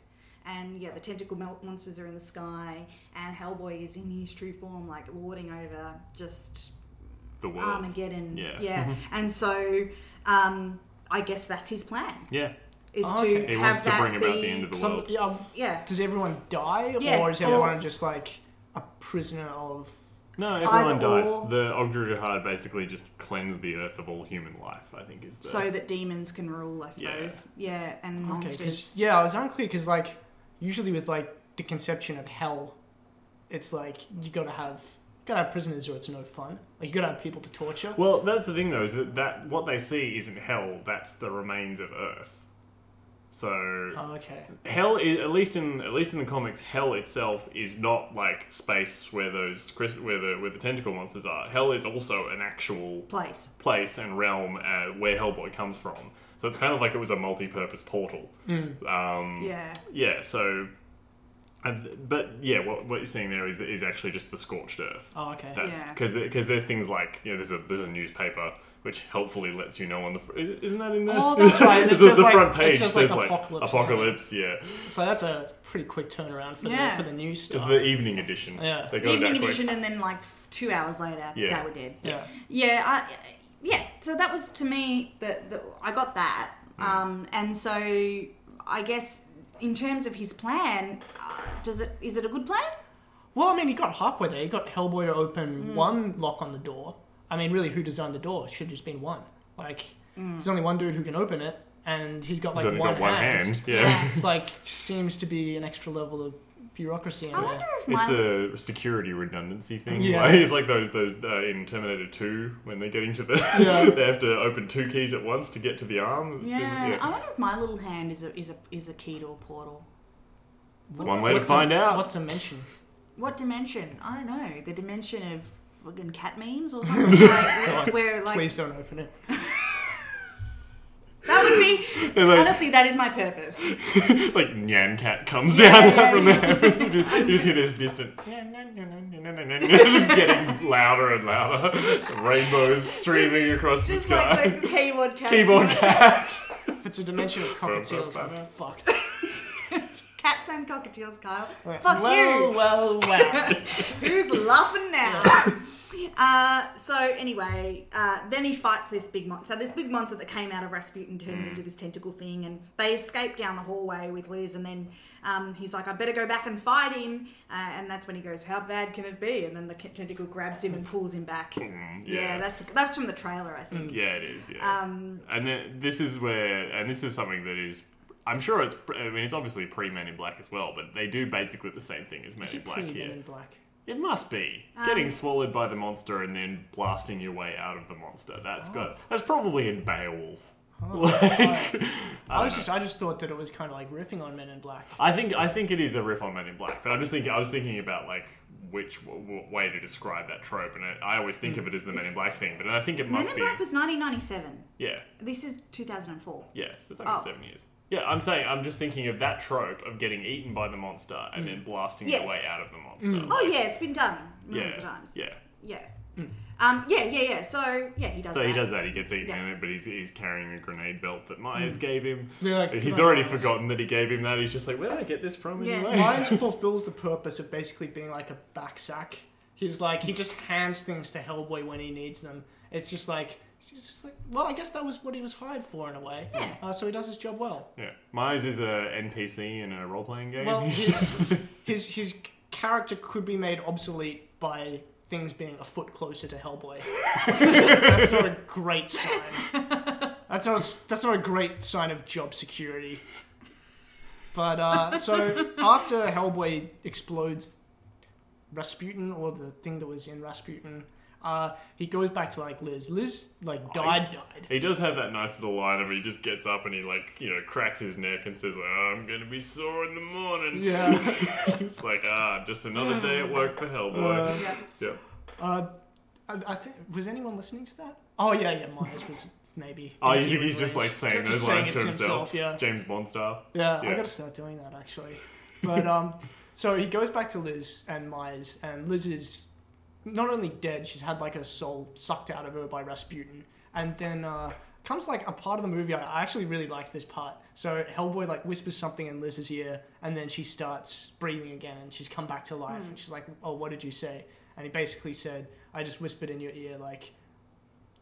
and yeah, the tentacle mon- monsters are in the sky, and Hellboy is in his true form, like lording over just
The world.
um,
Armageddon.
Yeah.
and so um, I guess that's his plan.
Yeah.
Is
Okay.
to
Oh, He
have
wants to
that
bring about the
be-
end of the
Some-
world.
yeah, um,
Yeah.
Does everyone die,
Yeah,
or is
or-
everyone just like a prisoner of?
No, everyone
Either
dies.
or.
The Ogdra Jihad basically just cleanse the earth of all human life. I think is the
so that demons can rule, I
Yeah.
suppose. Yeah, and
Okay,
monsters.
'cause- yeah, I was unclear because like usually with like the conception of hell, it's like you gotta have gotta have prisoners or it's no fun. Like you gotta have people to torture.
Well, that's the thing though, is that, that what they see isn't hell. That's the remains of Earth. So
Oh, okay.
hell, i at least in at least in the comics, hell itself is not like space where those crys- where the where the tentacle monsters are. Hell is also an actual
Place.
place and realm uh, where Hellboy comes from. So it's kind of like it was a multi-purpose portal. Um,
Yeah.
Yeah. So, and, but yeah, what, what you're seeing there is is actually just the scorched earth.
Oh, okay.
That's
Yeah.
because because there's things like you know there's a there's a newspaper which helpfully lets you know on the fr- isn't that in there?
Oh, that's right, and it
the,
says,
the
like-
front
it
page
says, like,
says like
apocalypse.
apocalypse. yeah.
So that's a pretty quick turnaround for
Yeah.
the for the new
It's
stuff.
the evening edition.
Yeah.
They
The
go
Evening
that quick.
edition, and then like f- two hours later,
Yeah.
they were dead.
yeah.
Yeah, I, yeah. So that was to me that that- I got that,
Mm.
um, and so I guess in terms of his plan, uh, does it is it a good plan?
Well, I mean, he got halfway there. He got Hellboy to
Hmm.
open one lock on the door. I mean, really, who designed the door? Should have just been one. Like,
Hmm.
there's only one dude who can open it, and he's got like
He's only
one,
got one
hand.
hand. Yeah.
It's like seems to be an extra level of bureaucracy in
I
there.
wonder if my
It's a security redundancy thing.
Yeah.
Like, it's like those those uh, in Terminator Two when they're getting to the they have to open two keys at once to get to the arm. It's in-
yeah, Um, I wonder if my little hand is a is a is a key to a portal.
One way to
What
find out.
What dimension?
What dimension? I don't know. The dimension of fucking cat memes or something. like, that's where like
Please don't open it.
that would be.
It's like-
honestly, that is my purpose.
like Nyan Cat comes
Yeah,
down
yeah,
from the heavens. you just hear this distant just getting louder and louder. Rainbows streaming across the
Just
sky.
like the keyboard cat.
Keyboard cat.
If it's a dimension of cockatiels, I'm fucked.
Cats and cockatiels, Kyle. Fuck you.
well, well, well.
Who's laughing now? Uh, so anyway, uh, then he fights this big monster. So this big monster that came out of Rasputin turns
Hmm.
into this tentacle thing, and they escape down the hallway with Liz. And then um, he's like, "I better go back and fight him." Uh, and that's when he goes, "How bad can it be?" And then the ca- tentacle grabs him and pulls him back. yeah.
Hmm, yeah.
that's that's from the trailer, I think.
Yeah, it is. Yeah. Um, and then this is where, and this is something that is, I'm sure it's. pre- I mean, it's obviously pre Men in Black as well, but they do basically the same thing as Men in Black
Pretty
here.
Men in black.
It must be
Um,
getting swallowed by the monster and then blasting your way out of the monster. That's got.
Oh.
That's probably in Beowulf. Like, uh,
I, was just, I just thought that it was kind of like riffing on Men in Black.
I think I think it is a riff on Men in Black, but I'm just thinking. I was thinking about like which w- w- way to describe that trope, and I, I always think of it as the Men in Black thing, but I think it
Men
Hmm, must
in
be.
Black was 1997.
yeah,
This is 2004.
Yeah, so it's like
Oh.
seven years. Yeah, I'm saying I'm just thinking of that trope of getting eaten by the monster and then blasting your
Mm. Yes.
way out of the monster.
Oh yeah, it's been done
yeah,
millions of times.
yeah. Hmm.
Yeah. Um, yeah, yeah, yeah. So yeah, he does.
So
that.
he does that. He gets eaten
Yeah. Hmm.
in it, but he's, he's carrying a grenade belt that Myers gave him.
Yeah, like,
he's
come on,
already
Myers.
forgotten that he gave him that. He's just like, where did I get this from
Yeah.
anyway?
Myers fulfills the purpose of basically being like a back sack. He's like he just hands things to Hellboy when he needs them. It's just like it's just like well, I guess that was what he was hired for in a way. Yeah. Uh, so he does his job well.
Yeah, Myers is a NPC in a role playing game.
Well,
He's
his,
just-
his his character could be made obsolete by things being a foot closer to Hellboy. that's not a great sign. That's not a, that's not a great sign of job security. But uh, so after Hellboy explodes Rasputin or the thing that was in Rasputin, uh, he goes back to like Liz. Liz like died, died.
He does have that nice little line of he just gets up and he like you know cracks his neck and says like oh, I'm gonna be sore in the morning.
Yeah.
it's like ah, just another day at work for Hellboy.
Yeah.
Yep.
Uh, I, I think was anyone listening to that? Oh yeah, yeah. Myers was maybe.
Oh, you
maybe
think
he
he's just
was-
like saying
just
those
saying
lines
it
to himself?
Yeah.
James Bond style.
Yeah,
Yeah.
I gotta start doing that actually. But um, so he goes back to Liz and Myers, and Liz is not only dead, she's had like her soul sucked out of her by Rasputin, and then uh, comes like a part of the movie. I, I actually really like this part. So Hellboy like whispers something in Liz's ear, and then she starts breathing again, and she's come back to life.
Hmm.
And she's like, "Oh, what did you say?" And he basically said, "I just whispered in your ear, like."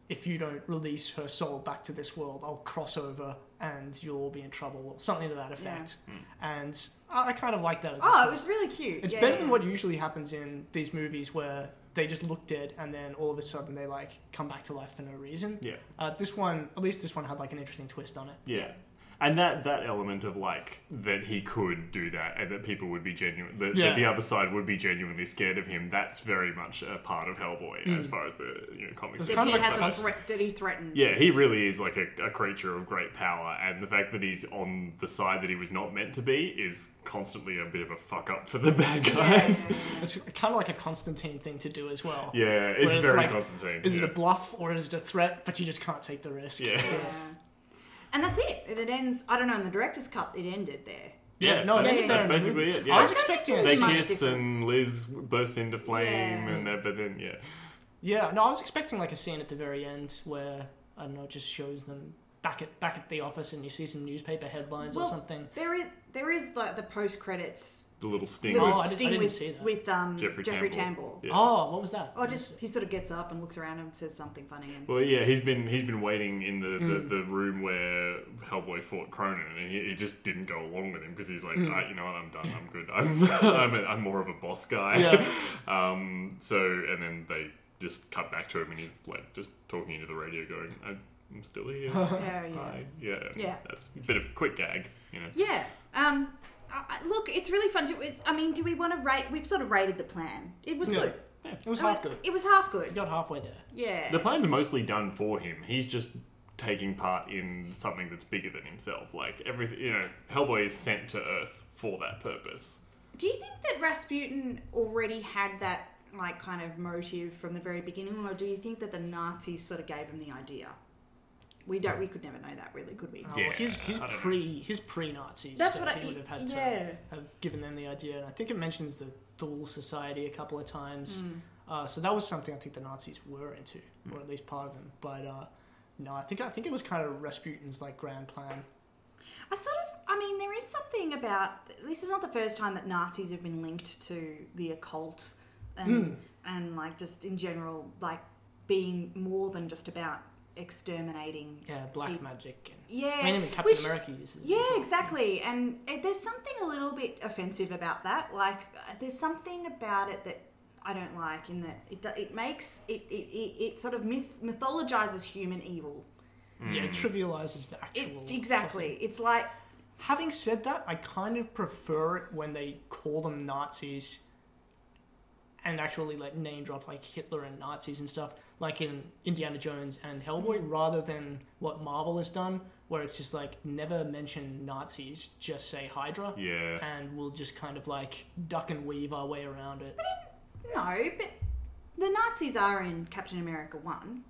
if you don't release her soul back to this world, I'll cross over and you'll all be in trouble, or something to that effect. And I, I kind of like that. As a
Oh, it
choice.
was really cute.
It's
Yeah,
better
yeah,
than
yeah.
what usually happens in these movies where they just look dead and then all of a sudden they like come back to life for no reason.
Yeah.
Uh, this one, at least this one had like an interesting twist on it.
Yeah. And that, that element of like that he could do that and that people would be genuine that,
Yeah.
that the other side would be genuinely scared of him that's very much a part of Hellboy as
Mm.
far as the you know comics.
That
are
he
concerned.
has a threat that he threatens.
Yeah, he really is like a, a creature of great power, and the fact that he's on the side that he was not meant to be is constantly a bit of a fuck up for the bad guys.
It's kind of like a Constantine thing to do as well.
Yeah, it's
Where
very Constantine,
Is it a
yeah.
bluff or is it a threat? But you just can't take the risk.
Yeah.
And that's it. It, it ends. I don't know. In the director's cut, it ended there.
Yeah,
no, I
that's,
think
that's
they're in the
basically
movie.
it. Yeah.
I was I don't expecting think
they
there's much
kiss and Liz bursts into flame,
Yeah.
and that, but then yeah,
Yeah, no, I was expecting like a scene at the very end where I don't know, it just shows them back at back at the office and you see some newspaper headlines or something.
There is there is like the post credits
the little sting.
little
with-
sting with, with um,
Jeffrey
Jeffrey,
Tambor.
Tambor.
Yeah.
Oh, what was that?
Or just he sort of gets up and looks around and says something funny. And
Well, yeah, he's been he's been waiting in the,
Mm.
the, the room where Hellboy fought Cronin, and he, he just didn't go along with him because he's like,
Mm.
"Ah, you know what, I'm done, I'm good, I'm I'm, a, I'm more of a boss guy.
Yeah.
um. So and then they just cut back to him, and he's like just talking into the radio, going, "I'm I'm still here.
Yeah, yeah.
Hi." yeah,
Yeah.
That's a bit of a quick gag, you know.
yeah, um, I, I- look, it's really fun to. It's, I mean, do we want to rate? We've sort of rated the plan. It was
Yeah.
good.
It
was
I
half
mean,
good.
It was half good.
got halfway there.
Yeah.
The plan's mostly done for him. He's just taking part in something that's bigger than himself. Like everything, you know, Hellboy is sent to Earth for that purpose.
Do you think that Rasputin already had that like kind of motive from the very beginning, or do you think that the Nazis sort of gave him the idea? We don't. We could never know that, really, could we?
Oh, well, his his pre his pre Nazis.
That's
so
what I-
he would have had
yeah.
to have given them the idea, and I think it mentions the Dual Society a couple of times.
Mm.
Uh, so that was something I think the Nazis were into, or at least part of them. But uh, no, I think I think it was kind of Rasputin's like grand plan.
I sort of, I mean, there is something about this is not the first time that Nazis have been linked to the occult and
Mm.
and like just in general, like being more than just about exterminating.
Yeah, black
peop-
magic. And
Yeah,
mainly Captain
which-
America uses. it.
Yeah, exactly. And uh, there's something a little bit offensive about that. Like, uh, there's something about it that I don't like in that it do- it makes it it, it, it sort of myth mythologizes human evil.
Yeah, it trivializes the actual.
Exactly. It's like
Having said that, I kind of prefer it when they call them Nazis and actually like name drop like Hitler and Nazis and stuff, like in Indiana Jones and Hellboy, rather than what Marvel has done, where it's just like never mention Nazis, just say Hydra.
Yeah.
And we'll just kind of like duck and weave our way around it.
no, but the Nazis are in Captain America One.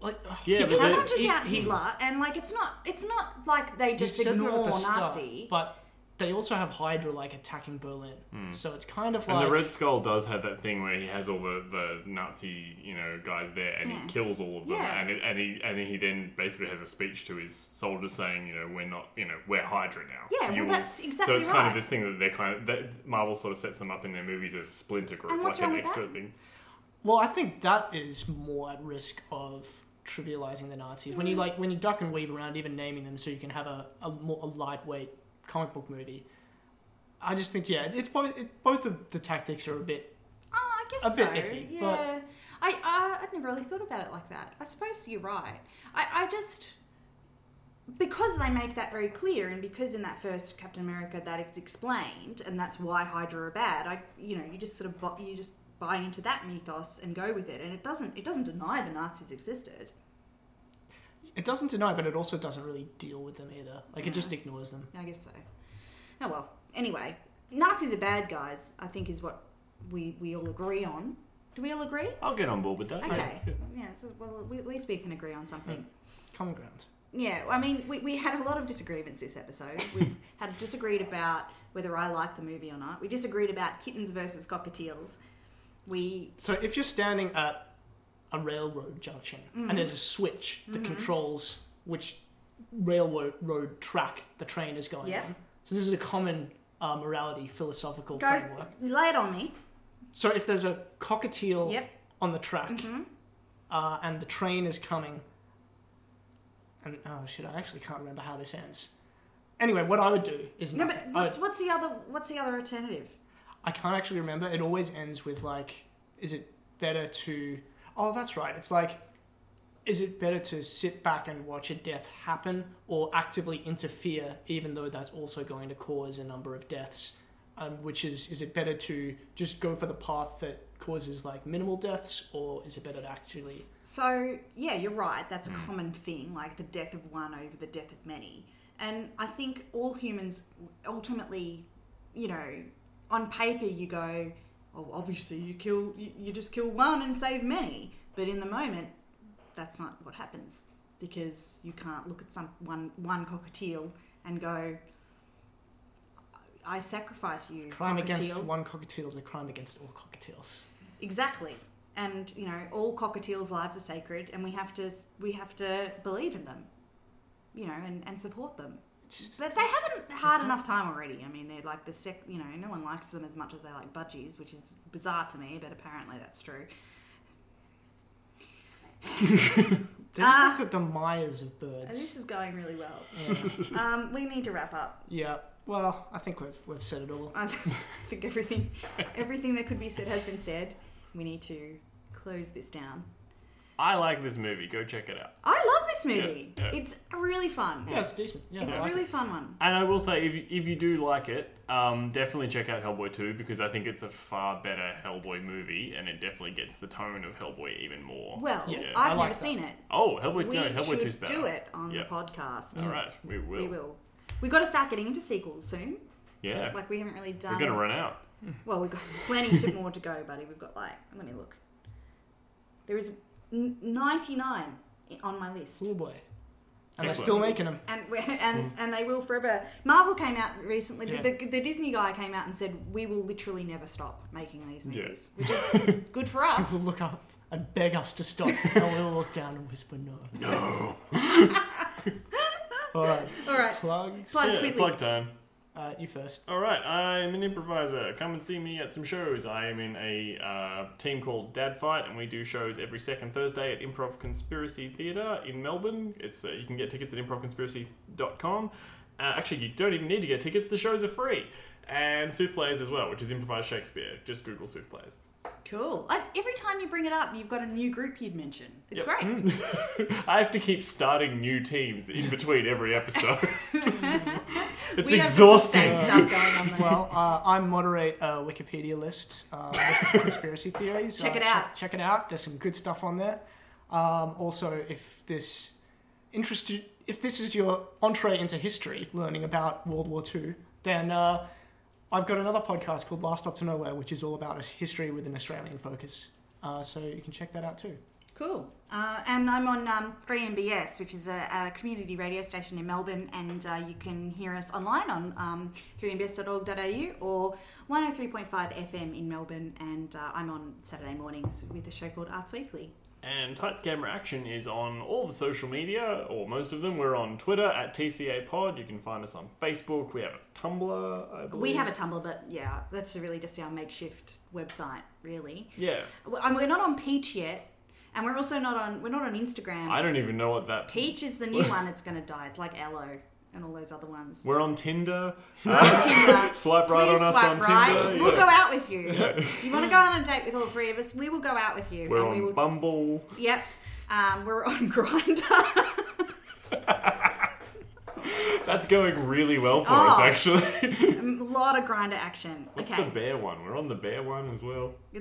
Like,
Yeah,
he
but
kind
they-
of just
he-
out
he-
Hitler, and like it's not it's not like they
He
just
says that at
ignore
the start,
Nazi.
but they also have Hydra like attacking Berlin. So it's kind of
Hmm. And
like
the Red Skull does have that thing where he has all the, the Nazi, you know, guys there, and
Yeah.
he kills all of them,
Yeah.
and it, and he and he then basically has a speech to his soldiers saying, you know, we're not, you know, we're Hydra now.
Yeah, well,
You will-"
that's exactly
So it's kind
right.
of this thing that they're kind of that Marvel sort of sets them up in their movies as a splinter group,
And what's
like
wrong
an
with
extra
that?
thing.
Well, I think that is more at risk of trivializing the Nazis when you
Mm.
like when you duck and weave around, even naming them, so you can have a, a more a lightweight comic book movie. I just think yeah, it's both it, both of the tactics are a bit.
Oh, I guess
A bit
so.
iffy,
yeah.
but-
I, I uh, I'd never really thought about it like that. I suppose you're right. I, I just because they make that very clear, and because in that first Captain America that it's explained, and that's why Hydra are bad. I you know you just sort of bu- you just buy into that mythos and go with it, and it doesn't it doesn't deny the Nazis existed.
It doesn't deny, but it also doesn't really deal with them either. Like it just ignores them.
I guess so. Oh well. Anyway, Nazis are bad guys. I think is what we we all agree on. Do we all agree?
I'll get on board with that.
Okay. Yeah. It's, well, we, at least we can agree on something.
Common ground.
Yeah. I mean, we, we had a lot of disagreements this episode. We've had disagreed about whether I like the movie or not. We disagreed about kittens versus cockatiels. We
So if you're standing at a railroad junction
Mhm.
and there's a switch that
Mhm.
controls which railroad road track the train is going
Yeah.
on. So this is a common uh, morality philosophical
go
framework.
lay it on me.
So if there's a cockatiel
Yep. Mm-hmm.
on the track, uh, and the train is coming. And oh shit, I actually can't remember how this ends. Anyway, what I would do is
No,
nothing.
but
I
what's
would-
what's the other what's the other alternative?
I can't actually remember. It always ends with like, is it better to? Oh, that's right. It's like, is it better to sit back and watch a death happen, or actively interfere, even though that's also going to cause a number of deaths? Um, which is, is it better to just go for the path that causes like minimal deaths, or is it better to actually?
So yeah, you're right. That's a
Mm.
common thing, like the death of one over the death of many. And I think all humans ultimately, you know, on paper you go, oh, obviously you kill, you, you just kill one and save many. But in the moment, that's not what happens because you can't look at some one one cockatiel and go, I sacrifice you.
Crime against
cockatiel.
one cockatiel is a crime against all cockatiels.
Exactly. And you know, all cockatiels' lives are sacred, and we have to we have to believe in them, you know, and, and support them. But they haven't had enough time already. I mean, they're like the sec. You know, no one likes them as much as they like budgies, which is bizarre to me. But apparently, that's true.
They're just
Ah.
like the, the Myers of
And
birds.
this is going really well.
Yeah.
um, we need to wrap up.
Yeah. Well, I think we've we've said it all.
I think everything everything that could be said has been said. We need to close this down.
I like this movie. Go check it out.
I love this movie.
Yeah, yeah.
It's really fun.
Yeah, it's
decent. Yeah,
it's
I
a
like
really
it.
fun one.
And I will say, if you, if you do like it, um, definitely check out Hellboy 2 because I think it's a far better Hellboy movie and it definitely gets the tone of Hellboy even more.
Well,
Yeah.
I've never seen it.
Oh, Hellboy,
we
no, Hellboy 2's
should
better.
do it on
Yeah.
the podcast.
All right, we will.
We will. We've got to start getting into sequels soon.
Yeah.
Like, we haven't really done.
We're going to run out.
Well, we've got plenty to, more to go, buddy. We've got, like, let me look. There is n- 99 i- on my list.
Oh boy. And they're
Excellent.
still making them.
And, we and and they will forever. Marvel came out recently.
Yeah.
The, the Disney guy came out and said, "We will literally never stop making these
Yeah.
movies," which is good for us.
People look up and beg us to stop, and we'll look down and whisper no.
No.
All right.
All right,
Plugs.
plug
yeah,
quickly.
plug time.
Uh, you first.
All right, I'm an improviser. Come and see me at some shows. I am in a uh, team called Dad Fight, and we do shows every second Thursday at Improv Conspiracy Theatre in Melbourne. It's uh, you can get tickets at improvconspiracy.com. Uh, actually, you don't even need to get tickets. The shows are free, and Soothplayers as well, which is improvised Shakespeare. Just Google Soothplayers.
Cool. I, every time you bring it up, you've got a new group you'd mention. It's
Yep. Mm.
great.
I have to keep starting new teams in between every episode. it's
We have some
exhausting.
sustained stuff going on there.
Well, uh, I moderate a Wikipedia list, uh, list of conspiracy theories.
Check
Uh,
it out.
Check, check it out. There's some good stuff on there. Um, also, if this interested, if this is your entree into history, learning about World War II, then uh, I've got another podcast called Last Up to Nowhere, which is all about history with an Australian focus. Uh, so you can check that out too.
Cool. Uh, and I'm on um, 3MBS, which is a, a community radio station in Melbourne, and uh, you can hear us online on um, 3mbs.org.au or 103.5 FM in Melbourne. And uh, I'm on Saturday mornings with a show called Arts Weekly.
And Tights Camera Action is on all the social media, or most of them. We're on Twitter at TCA Pod. You can find us on Facebook. We have a Tumblr, I believe.
We have a Tumblr, but yeah, that's really just our makeshift website, really.
Yeah.
Well, and We're not on Peach yet, and we're also not on we're not on Instagram.
I don't even know what that.
Peach is the new one that's going to die. It's like Aloe and all those other ones.
We're on Tinder.
Tinder.
Swipe right
Please
on us
swipe
on
right.
Tinder.
We'll
yeah.
go out with you. You want to go on a date with all three of us? We will go out with you.
We're
and we
on
will,
Bumble.
Yep. Um, we're on Grinder.
That's going really well for
Oh.
us, actually.
a lot of Grinder action.
What's
okay.
the bear one? We're on the bear one as well.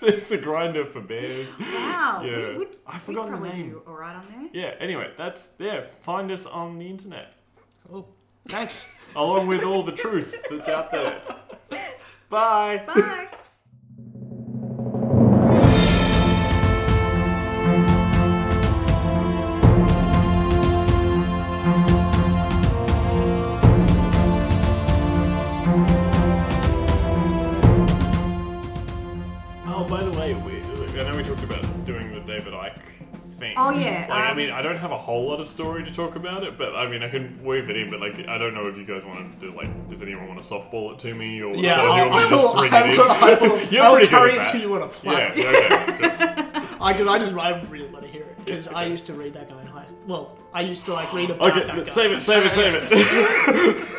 There's a grinder for bears.
wow.
Yeah.
We would
I forgot
we'd
the
probably
name.
do all right on there.
Yeah. Anyway, that's there. Find us on the internet,
Cool. Thanks.
along with all the truth that's out there. Bye.
Bye.
Oh, by the way, we, I know we talked about doing the David Icke thing.
Oh, yeah,
Like, I
um,
mean, I don't have a whole lot of story to talk about it, but I mean, I can weave it in. But like, I don't know if you guys want to do like, does anyone want to softball it to me or or
Yeah,
do you
I'll-
Oh,
want me to
I
just bring
will- I
it in?
will- I will-
You're
I'll
pretty
carry
good
it
at
to
that.
you on a platter.
Yeah. Okay. good.
I, cause I just I really want to hear it because I used to read that guy in high. Well, I used to like read about
Okay,
that guy.
save it, save it, save it.